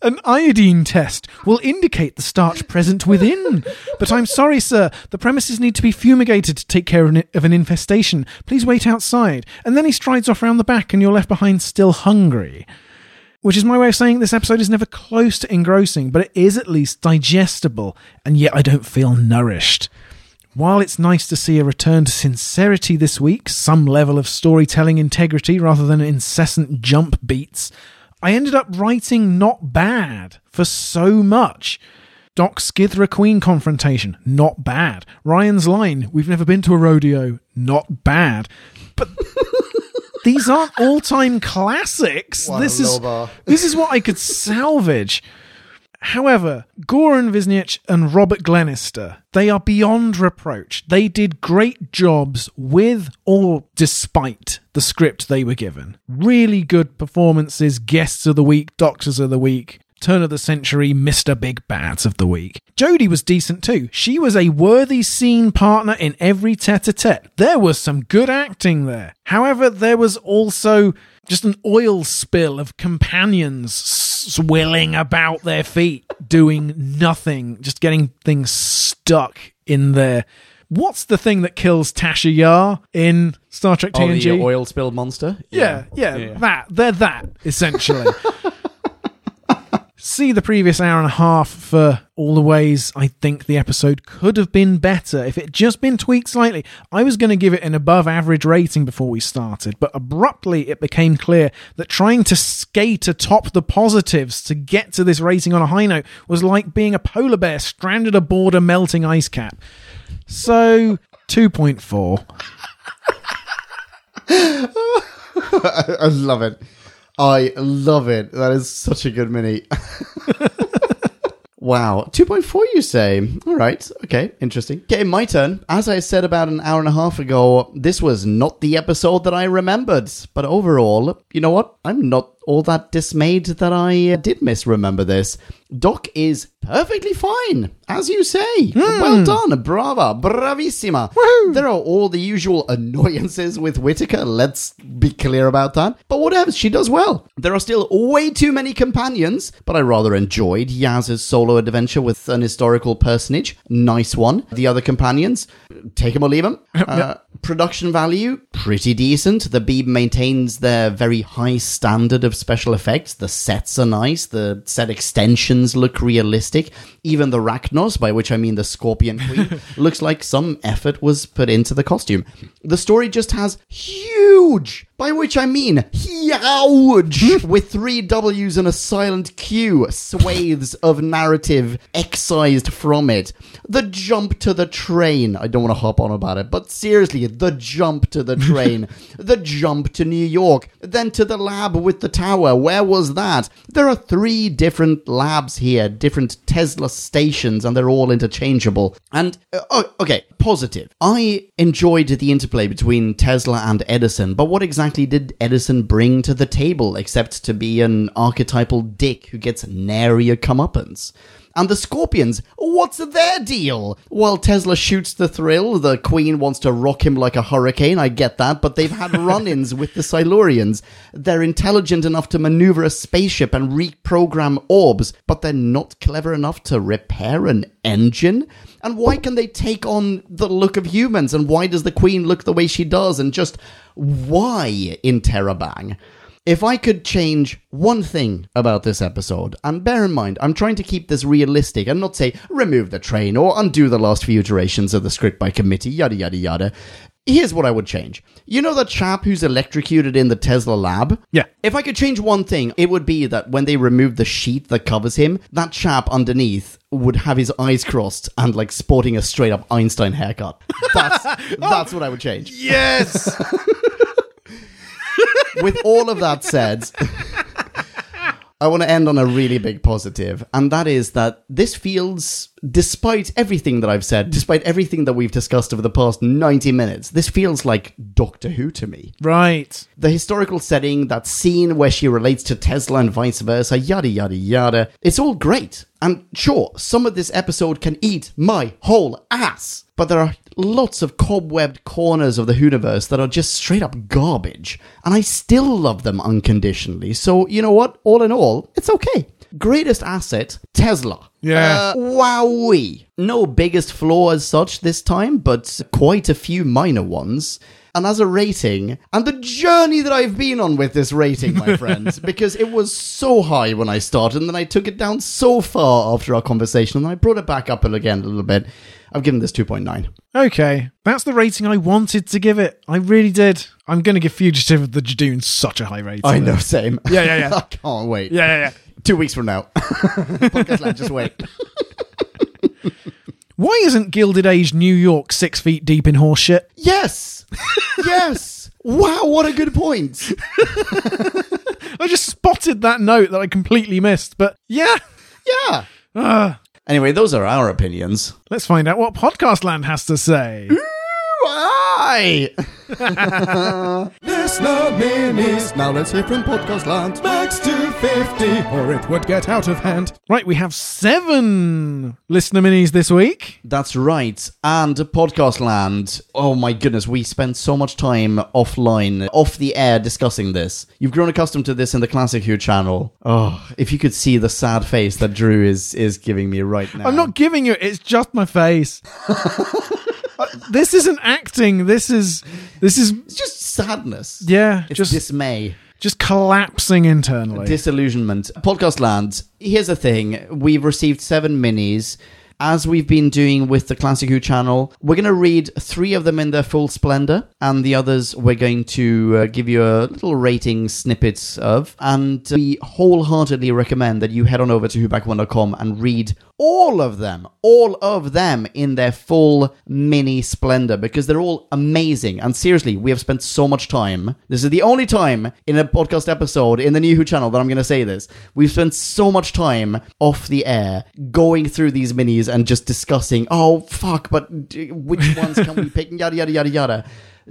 Speaker 1: An iodine test will indicate the starch present within. But I'm sorry, sir. The premises need to be fumigated to take care of an, of an infestation. Please wait outside. And then he strides off round the back, and you're left behind still hungry. Which is my way of saying this episode is never close to engrossing, but it is at least digestible, and yet I don't feel nourished. While it's nice to see a return to sincerity this week, some level of storytelling integrity rather than incessant jump beats, I ended up writing not bad for so much. Doc Skithra Queen confrontation, not bad. Ryan's line, we've never been to a rodeo, not bad.
Speaker 2: [LAUGHS]
Speaker 1: But these aren't all-time classics.
Speaker 2: What a
Speaker 1: this
Speaker 2: low
Speaker 1: is
Speaker 2: bar.
Speaker 1: this is what I could salvage. However, Goran Visnjic and Robert Glenister, they are beyond reproach. They did great jobs with or despite the script they were given. Really good performances, guests of the week, doctors of the week, turn of the century, Mr. Big Bats of the week. Jodie was decent too. She was a worthy scene partner in every tete a tete. There was some good acting there. However, there was also just an oil spill of companions swilling about their feet, doing nothing, just getting things stuck in there. What's the thing that kills Tasha Yar in Star Trek
Speaker 2: Oh,
Speaker 1: TNG?
Speaker 2: the oil spill monster.
Speaker 1: Yeah, yeah, that. They're that, [LAUGHS] essentially. See the previous hour and a half for all the ways I think the episode could have been better if it had just been tweaked slightly. I was going to give it an above average rating before we started, but abruptly it became clear that trying to skate atop the positives to get to this rating on a high note was like being a polar bear stranded aboard a melting ice cap. So, 2.4.
Speaker 2: I love it. I love it. That is such a good mini. [LAUGHS] wow. 2.4, you say? All right. Okay. Interesting. Okay, my turn. As I said about an hour and a half ago, this was not the episode that I remembered. But overall, you know what? I'm not all that dismayed that I uh, did misremember this. Doc is perfectly fine, as you say. Well done, brava, bravissima. There are all the usual [LAUGHS] annoyances with Whitaker, let's be clear about that. But whatever, she does well. There are still way too many companions, but I rather enjoyed Yaz's solo adventure with an historical personage. Nice one. The other companions, take 'em or leave 'em. Uh, production value, pretty decent. The Beeb maintains their very high standard of special effects. The sets are nice. The set extensions look realistic. Even the Rachnos, by which I mean the Scorpion Queen, looks like some effort was put into the costume. The story just has huge, by which I mean huge, with three W's and a silent Q, swathes of narrative excised from it. The jump to the train. I don't want to hop on about it, but seriously, the jump to the train, the jump to New York, then to the lab with the tower. Where was that? There are three different labs here, different Tesla stations, and they're all interchangeable. And, uh, oh, okay, positive. I enjoyed the interplay between Tesla and Edison, but what exactly did Edison bring to the table except to be an archetypal dick who gets nary a comeuppance? And the Scorpions, what's their deal? While Tesla shoots the thrill, the Queen wants to rock him like a hurricane, I get that, but they've had run ins with the Silurians. They're intelligent enough to maneuver a spaceship and reprogram orbs, but they're not clever enough to repair an engine? And why can they take on the look of humans? And why does the Queen look the way she does? And just why in Terabang? If I could change one thing about this episode, and bear in mind, I'm trying to keep this realistic and not say remove the train or undo the last few iterations of the script by committee, yada yada yada. Here's what I would change. You know that chap who's electrocuted in the Tesla lab?
Speaker 1: Yeah.
Speaker 2: If I could change one thing, it would be that when they removed the sheet that covers him, that chap underneath would have his eyes crossed and like sporting a straight up Einstein haircut. That's that's what I would change.
Speaker 1: Yes.
Speaker 2: With all of that said, I want to end on a really big positive, and that is that this feels, despite everything that I've said, despite everything that we've discussed over the past 90 minutes, this feels like Doctor Who to me.
Speaker 1: [LAUGHS] right.
Speaker 2: the historical setting, that scene where she relates to Tesla and vice versa, yada, yada, yada. It's all great. And sure, some of this episode can eat my whole ass. But there are lots of cobwebbed corners of the Hooniverse that are just straight up garbage. And I still love them unconditionally. So, you know what? All in all, it's okay. Greatest asset, Tesla.
Speaker 1: Yeah.
Speaker 2: Uh, wowee. No biggest flaw as such this time, but quite a few minor ones. And as a rating, and the journey that I've been on with this
Speaker 1: [LAUGHS]
Speaker 2: rating, my friends, because it was so high when I started, and then I took it down so far after our conversation, and I brought it back up again a little bit. I've given this 2.9.
Speaker 1: Okay. That's the rating I wanted to give it. I really did. I'm going to give Fugitive of the Jadoon such a high rating.
Speaker 2: I know, [LAUGHS] same.
Speaker 1: Yeah, yeah, yeah.
Speaker 2: I can't wait.
Speaker 1: Yeah, yeah, yeah.
Speaker 2: Two weeks from now. [LAUGHS] Podcast Lab,
Speaker 1: [LAUGHS]
Speaker 2: just wait.
Speaker 1: Why isn't Gilded Age New York six feet deep in horseshit?
Speaker 2: Yes! Yes! Wow, what a good
Speaker 1: [LAUGHS]
Speaker 2: point!
Speaker 1: I just spotted that note that I completely missed, but yeah.
Speaker 2: Yeah!
Speaker 1: Ugh.
Speaker 2: Anyway, those are our opinions.
Speaker 1: let's find out what Podcast Land has to say.
Speaker 2: Why?
Speaker 5: Listener minis. Now let's hear from Podcast Land. Max 250, or it would get out of hand.
Speaker 1: Right, we have seven listener minis this week.
Speaker 2: That's right. And Podcast Land. Oh my goodness, we spent so much time offline, off the air discussing this. You've grown accustomed to this in the Classic Who channel. Oh, if you could see the sad face that Drew is is giving me right now.
Speaker 1: I'm not giving you it, it's just my
Speaker 2: [LAUGHS]
Speaker 1: face. Uh, this isn't acting. This is this is
Speaker 2: It's just sadness.
Speaker 1: yeah,
Speaker 2: It's
Speaker 1: just
Speaker 2: dismay.
Speaker 1: just collapsing internally.
Speaker 2: Disillusionment. Podcast land. Here's the thing. We've received seven minis. As we've been doing with the Classic Who channel, we're going to read three of them in their full splendor, and the others we're going to uh, give you a little rating snippets of. And we wholeheartedly recommend that you head on over to whoback1.com and read all of them, all of them in their full mini splendor because they're all amazing. And seriously, we have spent so much time. This is the only time in a podcast episode in the New Who channel that I'm going to say this. We've spent so much time off the air going through these minis and just discussing, oh, fuck, but d- which ones can we pick? [LAUGHS] Yada, yada, yada, yada.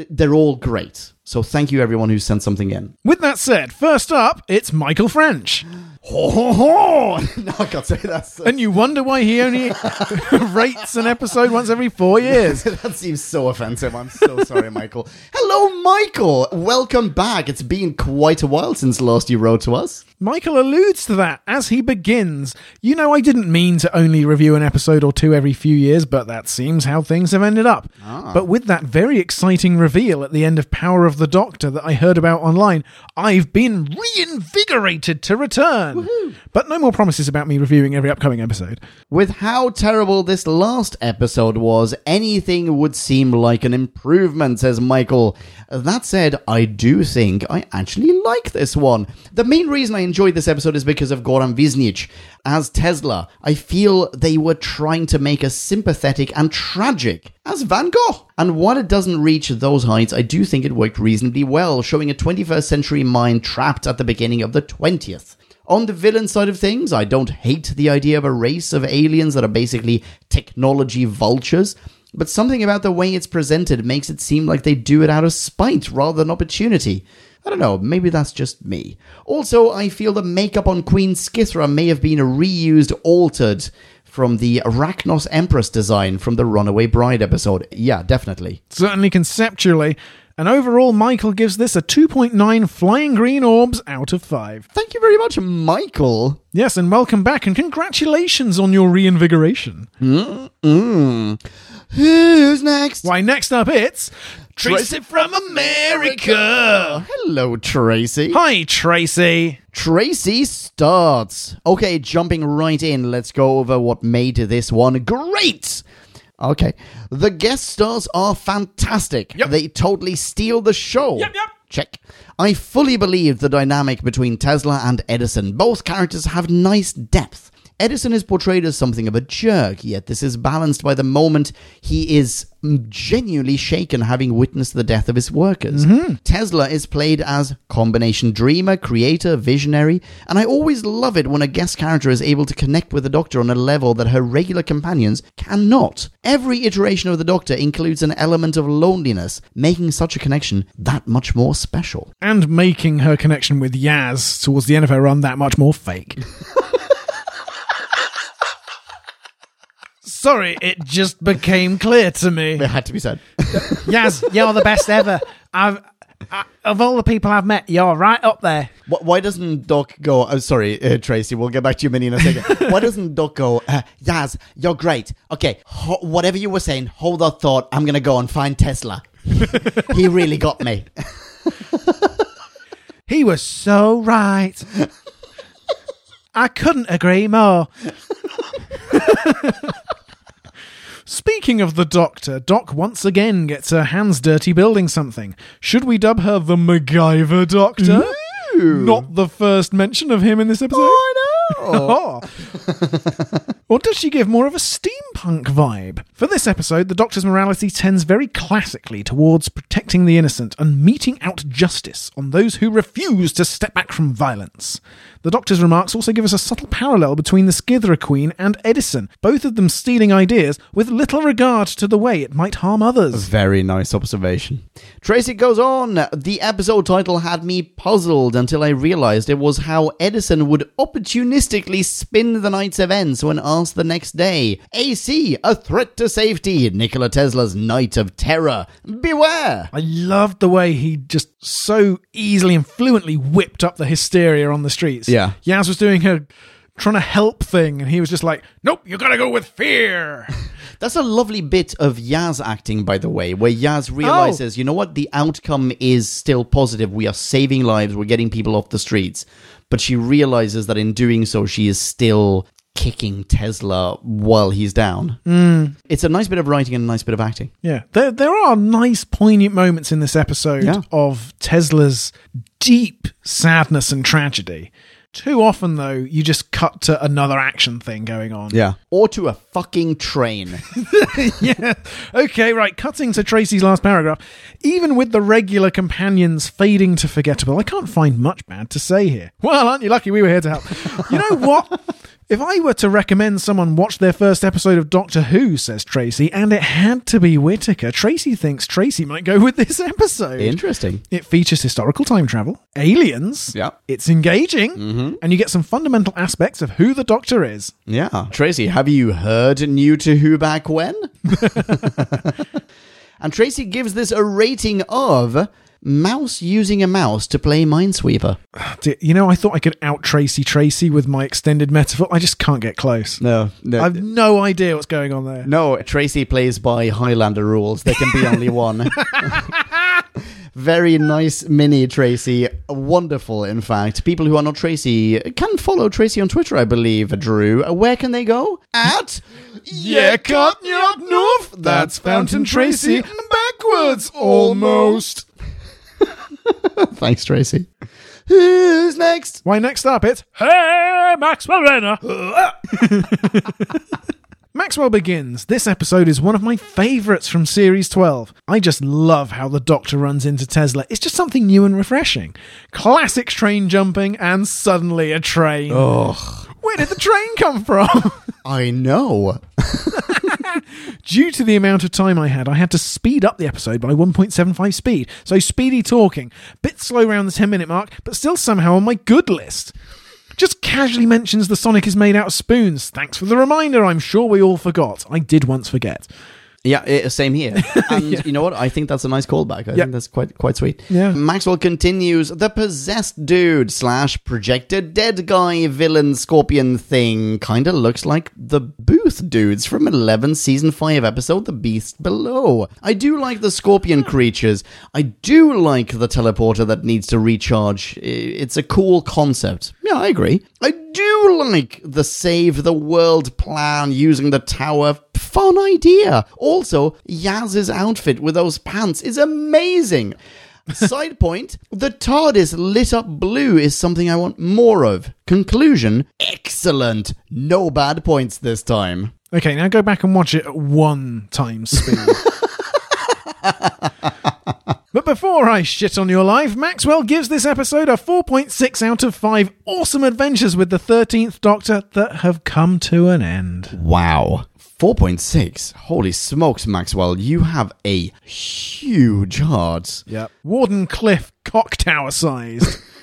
Speaker 2: They're all great. So thank you, everyone who sent something in. [LAUGHS]
Speaker 1: With that said, first up, it's Michael French.
Speaker 2: Ho, ho, ho! no, I can't say that.
Speaker 1: And you wonder why he only [LAUGHS] rates an episode once every four years.
Speaker 2: [LAUGHS] that seems so offensive. I'm so sorry, Michael. Hello, Michael. Welcome back. It's been quite a while since last you wrote to us.
Speaker 1: Michael alludes to that as he begins. You know, I didn't mean to only review an episode or two every few years, but that seems how things have ended up. But with that very exciting reveal at the end of Power of the Doctor that I heard about online, I've been reinvigorated to return. But no more promises about me reviewing every upcoming episode.
Speaker 2: With how terrible this last episode was, anything would seem like an improvement, says Michael. That said, I do think I actually like this one. The main reason I enjoyed this episode is because of Goran Visnjic. As Tesla, I feel they were trying to make us sympathetic and tragic as Van Gogh. And while it doesn't reach those heights, I do think it worked reasonably well, showing a 21st century mind trapped at the beginning of the 20th. On the villain side of things, I don't hate the idea of a race of aliens that are basically technology vultures, but something about the way it's presented makes it seem like they do it out of spite rather than opportunity. I don't know, maybe that's just me. Also, I feel the makeup on Queen Skithra may have been reused, altered from the Arachnos Empress design from the Runaway Bride episode. Yeah, definitely.
Speaker 1: Certainly conceptually. And overall, Michael gives this a 2.9 flying green orbs out of 5.
Speaker 2: Thank you very much, Michael.
Speaker 1: Yes, and welcome back, and congratulations on your reinvigoration.
Speaker 2: Mm. Who's next?
Speaker 1: Why, next up it's Tracy from America.
Speaker 2: Hello, Tracy.
Speaker 1: Hi, Tracy.
Speaker 2: Tracy starts. Okay, jumping right in, let's go over what made this one great. Okay. The guest stars are fantastic.
Speaker 7: Yep.
Speaker 2: They totally steal the show.
Speaker 7: Yep, yep.
Speaker 2: Check. I fully believe the dynamic between Tesla and Edison. Both characters have nice depth. Edison is portrayed as something of a jerk, yet this is balanced by the moment he is genuinely shaken having witnessed the death of his workers.
Speaker 7: Mm-hmm.
Speaker 2: Tesla is played as combination dreamer, creator, visionary, and I always love it when a guest character is able to connect with the Doctor on a level that her regular companions cannot. Every iteration of the Doctor includes an element of loneliness, making such a connection that much more special.
Speaker 1: and making her connection with Yaz towards the end of her run that much more fake. Sorry, it just became clear to me.
Speaker 2: [LAUGHS] It had to be said. [LAUGHS]
Speaker 1: Yaz, you're the best ever. I've I, of all the people I've met, you're right up there.
Speaker 2: Wh- Why doesn't Doc go? I'm sorry, uh, Tracy. We'll get back to you, Minnie, in a [LAUGHS] second. Why doesn't Doc go? Uh, Yaz, you're great. Okay, ho- whatever you were saying, hold that thought. I'm gonna go and find Tesla. [LAUGHS] he really got me.
Speaker 1: He was so right. I couldn't agree more. Speaking of the Doctor, Doc once again gets her hands dirty building something. Should we dub her the MacGyver Doctor? Not the first mention of him in this episode. [LAUGHS] Oh. or does she give more of a steampunk vibe? For this episode, the Doctor's morality tends very classically towards protecting the innocent and meting out justice on those who refuse to step back from violence. The Doctor's remarks also give us a subtle parallel between the Scythera Queen and Edison, both of them stealing ideas with little regard to the way it might harm others.
Speaker 2: Very nice observation. Tracy goes on. The episode title had me puzzled until I realized it was how Edison would opportunistically spin the night's events when asked the next day. AC, a threat to safety. Nikola Tesla's night of terror. Beware.
Speaker 1: I loved the way he just so easily and fluently whipped up the hysteria on the streets.
Speaker 2: Yeah.
Speaker 1: Yaz was doing her trying to help thing, and he was just like,
Speaker 7: Nope, you gotta go with
Speaker 2: [LAUGHS]
Speaker 7: fear.
Speaker 2: That's a lovely bit of Yaz acting, by the way, where Yaz realizes, you know what, the outcome is still positive. We are saving lives, we're getting people off the streets. But she realizes that in doing so, she is still kicking Tesla while he's down. It's a nice bit of writing and a nice bit of acting.
Speaker 1: Yeah, there there are nice, poignant moments in this episode
Speaker 2: Yeah.
Speaker 1: of Tesla's deep sadness and tragedy. Too often, though, you just cut to another action thing going on.
Speaker 2: Yeah. Or to a fucking train.
Speaker 1: yeah. [LAUGHS] Okay, right. Cutting to Tracy's last paragraph. Even with the regular companions fading to forgettable, I can't find much bad to say here. Well, aren't you lucky we were here to help? You know what? If I were to recommend someone watch their first episode of Doctor Who, says Tracy, and it had to be Whittaker, Tracy thinks Tracy might go with this episode.
Speaker 2: Interesting.
Speaker 1: It features historical time travel, aliens.
Speaker 2: Yeah.
Speaker 1: It's engaging, and you get some fundamental aspects of who the Doctor is.
Speaker 2: Yeah. Tracy, have you heard New to Who back when? [LAUGHS] and Tracy gives this a rating of mouse using a mouse to play Minesweeper.
Speaker 1: Di- You know, I thought I could out Tracy Tracy with my extended metaphor. I just can't get close.
Speaker 2: No, no.
Speaker 1: I've no idea what's going on there.
Speaker 2: no, Tracy plays by Highlander rules. There can be only one. [LAUGHS] Very nice mini Tracy. Wonderful, in fact. People who are not Tracy can follow Tracy on Twitter, I believe, Drew. Where can they go? At
Speaker 1: cut me up north. That's Fountain Tracy. Backwards, almost.
Speaker 2: Thanks, Tracy. Who's next?
Speaker 1: Why, next up, it's
Speaker 7: hey, Max Morena.
Speaker 1: [LAUGHS] Maxwell Begins. This episode is one of my favourites from Series 12. I just love how the Doctor runs into Tesla. It's just something new and refreshing. Classic train jumping and suddenly a train. Where did the train come from? [LAUGHS]
Speaker 2: I know.
Speaker 1: Due to the amount of time I had, I had to speed up the episode by 1.75 speed. So speedy talking, bit slow around the 10 minute mark, but still somehow on my good list. Just casually mentions the Sonic is made out of spoons. Thanks for the reminder. I'm sure we all forgot. I did once forget.
Speaker 2: Yeah, i- same here. And you know what? I think that's a nice callback. I
Speaker 1: Yeah.
Speaker 2: think that's quite quite sweet.
Speaker 1: Yeah.
Speaker 2: Maxwell continues the possessed dude slash projected dead guy villain scorpion thing kind of looks like the Booth dudes from Eleven season five episode The Beast Below. I do like the scorpion creatures. I do like the teleporter that needs to recharge. I- It's a cool concept. Yeah, I agree. I do like the save the world plan using the tower fun idea. Also, Yaz's outfit with those pants is amazing. Side point, the TARDIS lit up blue is something I want more of. Conclusion, excellent. No bad points this time.
Speaker 1: Okay, now go back and watch it at one time speed. but before I shit on your life, Maxwell gives this episode a 4.6 out of 5 awesome adventures with the 13th Doctor that have come to an end.
Speaker 2: Wow. 4.6. Holy smokes, Maxwell, you have a huge heart.
Speaker 1: Yep. Warden Cliff cock tower sized. [LAUGHS]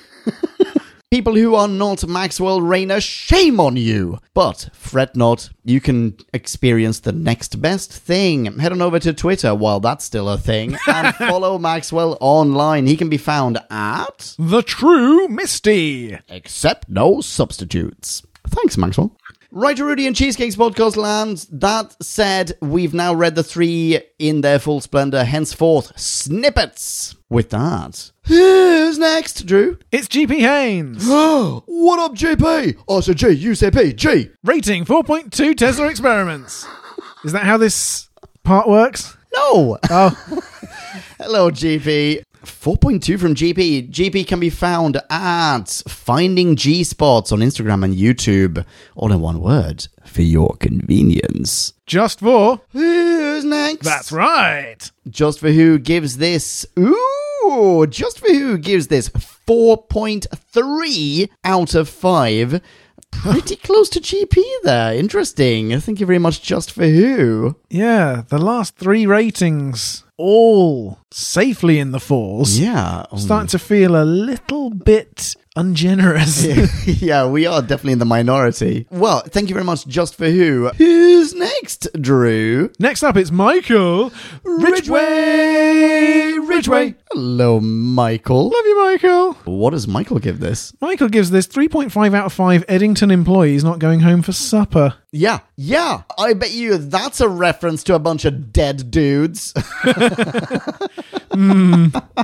Speaker 2: People who are not Maxwell Rayner, shame on you! But fret not, you can experience the next best thing. Head on over to Twitter while that's still a thing and follow Maxwell online. He can be found at
Speaker 1: the true Misty.
Speaker 2: Except No Substitutes. Thanks, Maxwell. Right, Rudy and Cheesecakes Podcast Land. That said, we've now read the three in their full splendor, henceforth snippets. With that, who's next, Drew?
Speaker 1: It's GP Haynes.
Speaker 2: [GASPS] What up, JP? I said G, you say P, G.
Speaker 1: Rating 4.2 Tesla experiments. Is that how this part works?
Speaker 2: No.
Speaker 1: Oh,
Speaker 2: [LAUGHS] Hello, GP. 4.2 from GP. GP can be found at Finding G Spots on Instagram and YouTube. All in one word for your convenience.
Speaker 1: just for.
Speaker 2: Who's next?
Speaker 1: That's right.
Speaker 2: Just for who gives this. Ooh, just for who gives this 4.3 out of 5.
Speaker 1: [SIGHS]
Speaker 2: Pretty close to GP there. Interesting. Thank you very much, Just for Who.
Speaker 1: Yeah, the last three ratings all safely in the fours.
Speaker 2: Yeah. um,
Speaker 1: Starting to feel a little bit ungenerous.
Speaker 2: [LAUGHS] yeah, we are definitely in the minority. Well, thank you very much, Just for Who. Who's next, Drew?
Speaker 1: [LAUGHS] Next up, it's Michael Ridgway. Ridgway.
Speaker 2: Hello, Michael.
Speaker 1: Love you, Michael.
Speaker 2: What does Michael give this?
Speaker 1: Michael gives this 3.5 out of 5 Eddington employees not going home for supper.
Speaker 2: Yeah, yeah. I bet you that's a reference to a bunch of dead dudes. [LAUGHS]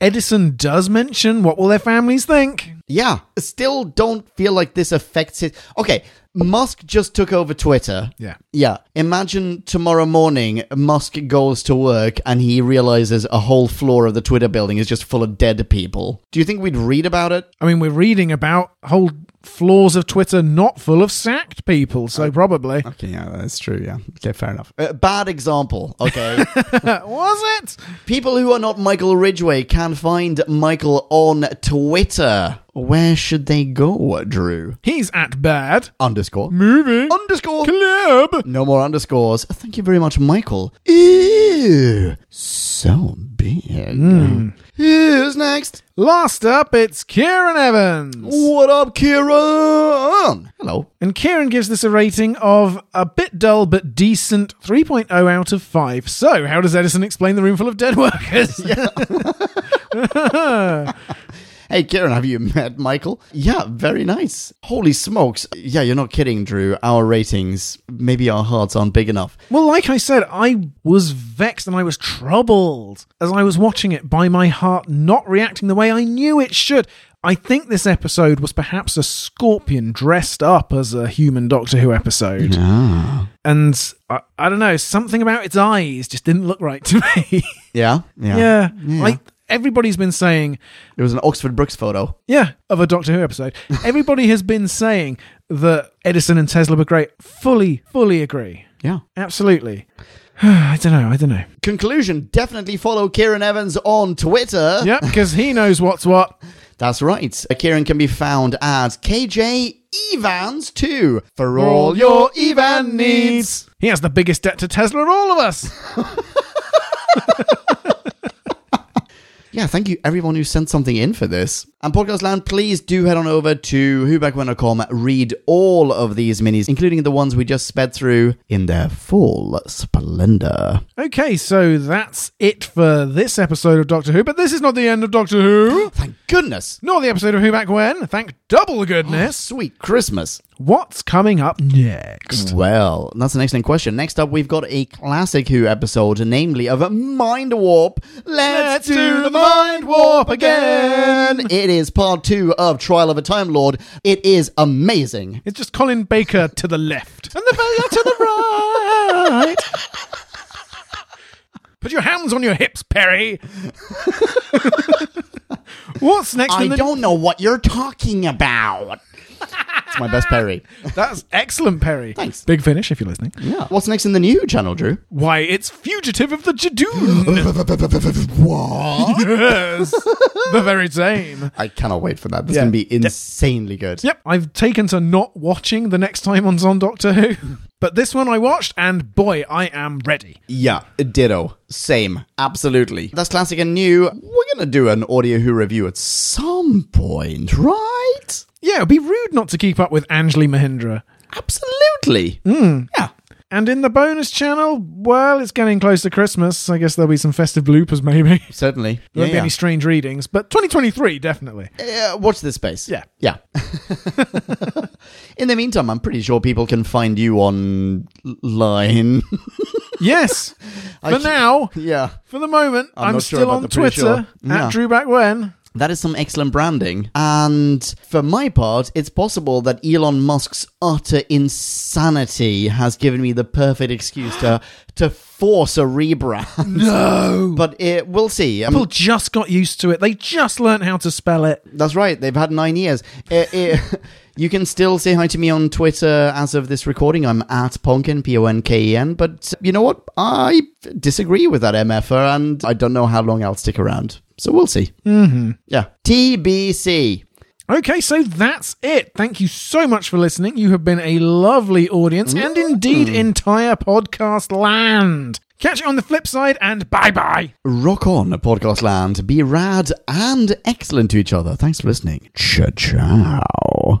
Speaker 1: Edison does mention what will their families think.
Speaker 2: yeah, still don't feel like this affects it. Okay, Musk just took over Twitter.
Speaker 1: Yeah.
Speaker 2: Yeah. Imagine tomorrow morning, Musk goes to work and he realizes a whole floor of the Twitter building is just full of dead people. Do you think we'd read about it?
Speaker 1: I mean, we're reading about whole floors of Twitter not full of sacked people, so probably.
Speaker 3: Okay, yeah, that's true. Yeah. Okay, fair enough.
Speaker 2: Uh, bad example, okay?
Speaker 1: [LAUGHS] Was it?
Speaker 2: People who are not Michael Ridgway can find Michael on Twitter. Where should they go, Drew?
Speaker 1: He's at bad.
Speaker 2: Underscore.
Speaker 1: Movie.
Speaker 2: Underscore.
Speaker 1: Club.
Speaker 2: No more underscores. Thank you very much, Michael. Ew. So big. Who's next?
Speaker 1: Last up, it's Kieran Evans.
Speaker 2: What up, Kieran? Hello.
Speaker 1: And Kieran gives this a rating of a bit dull but decent 3.0 out of 5. So, how does Edison explain the room full of dead [LAUGHS] workers?
Speaker 2: Hey, Kieran, have you [LAUGHS] met Michael? Yeah, very nice. Holy smokes. Yeah, you're not kidding, Drew. Our ratings, maybe our hearts aren't big enough.
Speaker 1: Well, like I said, I was vexed and I was troubled as I was watching it by my heart not reacting the way I knew it should. I think this episode was perhaps a scorpion dressed up as a human Doctor Who
Speaker 2: Mm-hmm.
Speaker 1: episode. And I, I don't know, something about its eyes just didn't look right to me. [LAUGHS]
Speaker 2: Yeah? Yeah.
Speaker 1: yeah. Like, everybody's been saying,
Speaker 2: It was an Oxford Brooks photo.
Speaker 1: yeah, of a Doctor Who episode. Everybody has been saying that Edison and Tesla were great. Fully, fully agree.
Speaker 2: Yeah.
Speaker 1: Absolutely. [SIGHS] I don't know. I don't know.
Speaker 2: Conclusion definitely follow Kieran Evans on Twitter. [LAUGHS]
Speaker 1: Yep, because he knows what's what.
Speaker 2: That's right. Kieran can be found as KJ Evans2 for all your Evan needs.
Speaker 1: He has the biggest debt to Tesla of all of us.
Speaker 2: Yeah, thank you everyone who sent something in for this. And Podcast Land, please do head on over to whobackwhen.com, read all of these minis, including the ones we just sped through in their full splendor.
Speaker 1: Okay, so that's it for this episode of Doctor Who. But this is not the end of Doctor Who,
Speaker 2: Thank goodness.
Speaker 1: nor the episode of Who Back When. Thank double
Speaker 2: [GASPS]
Speaker 1: goodness.
Speaker 2: Sweet Christmas.
Speaker 1: What's coming up next?
Speaker 2: Well, that's an excellent question. Next up, we've got a classic Who episode, namely of a Mind Warp. Let's, do the Mind Warp again. It is part two of Trial of a Time Lord. It is amazing.
Speaker 1: It's just Colin Baker to the left and the Bella to the right. All
Speaker 2: [LAUGHS]
Speaker 1: right. Put your hands on your hips,
Speaker 2: [LAUGHS]
Speaker 1: Perry. What's next?
Speaker 2: I
Speaker 1: in the-
Speaker 2: don't know what you're talking about. It's my best parry.
Speaker 1: That's excellent, Perry.
Speaker 2: Thanks.
Speaker 1: Big finish, if you're listening.
Speaker 2: [LAUGHS] Yeah. What's next in the new channel, Drew?
Speaker 1: Why, it's Fugitive of the Jadoon.
Speaker 2: [LAUGHS] What?
Speaker 1: yes. the very same.
Speaker 2: I cannot wait for that. This
Speaker 1: Yeah.
Speaker 2: is going to be insanely good.
Speaker 1: Yep, I've taken to not watching the next time on Zon Doctor Who. But this one I watched, and boy, I am ready.
Speaker 2: Yeah, ditto. Same. Absolutely. That's classic and new. We're going to do an Audio Who review at some point, right?
Speaker 1: Yeah, it'd be rude not to keep up with Anjali Mahindra.
Speaker 2: Absolutely.
Speaker 1: Hmm?
Speaker 2: Yeah.
Speaker 1: And in the bonus channel, well, it's getting close to Christmas. I guess there'll be some festive bloopers, maybe. [LAUGHS]
Speaker 2: Certainly.
Speaker 1: There won't be
Speaker 2: Yeah,
Speaker 1: any strange readings, but 2023, definitely.
Speaker 2: yeah. Uh, watch this space.
Speaker 1: Yeah.
Speaker 2: Yeah. [LAUGHS] In the meantime, I'm pretty sure people can find you online. [LAUGHS]
Speaker 1: yes, for
Speaker 2: keep-
Speaker 1: now,
Speaker 2: yeah.
Speaker 1: for the moment,
Speaker 2: I'm
Speaker 1: I'm,
Speaker 2: not sure
Speaker 1: still
Speaker 2: about
Speaker 1: on
Speaker 2: the pretty
Speaker 1: Twitter
Speaker 2: sure.
Speaker 1: at
Speaker 2: Yeah.
Speaker 1: Drew Back When.
Speaker 2: That is some excellent branding. And for my part, it's possible that Elon Musk's utter insanity has given me the perfect excuse to to force a rebrand.
Speaker 1: No.
Speaker 2: But it, we'll see. I mean,
Speaker 1: People just got used to it. They just learned how to spell it.
Speaker 2: that's right. They've had nine years. Eh, eh, [LAUGHS] you can still say hi to me on Twitter as of this recording. I'm at Ponken, P O N K E N. But you know what? I disagree with that MFR, and I don't know how long I'll stick around. So we'll see. Mm-hmm. Yeah. TBC.
Speaker 1: Okay, so that's it. Thank you so much for listening. You have been a lovely audience and indeed entire podcast land. Catch you on the flip side and bye bye.
Speaker 2: Rock on, podcast land. Be rad and excellent to each other. Thanks for listening. Ciao, ciao.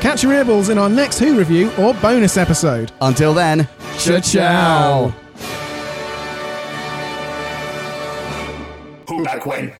Speaker 1: Catch your earballs in our next Who review or bonus episode.
Speaker 2: Until then,
Speaker 1: Ciao.
Speaker 7: Who back when?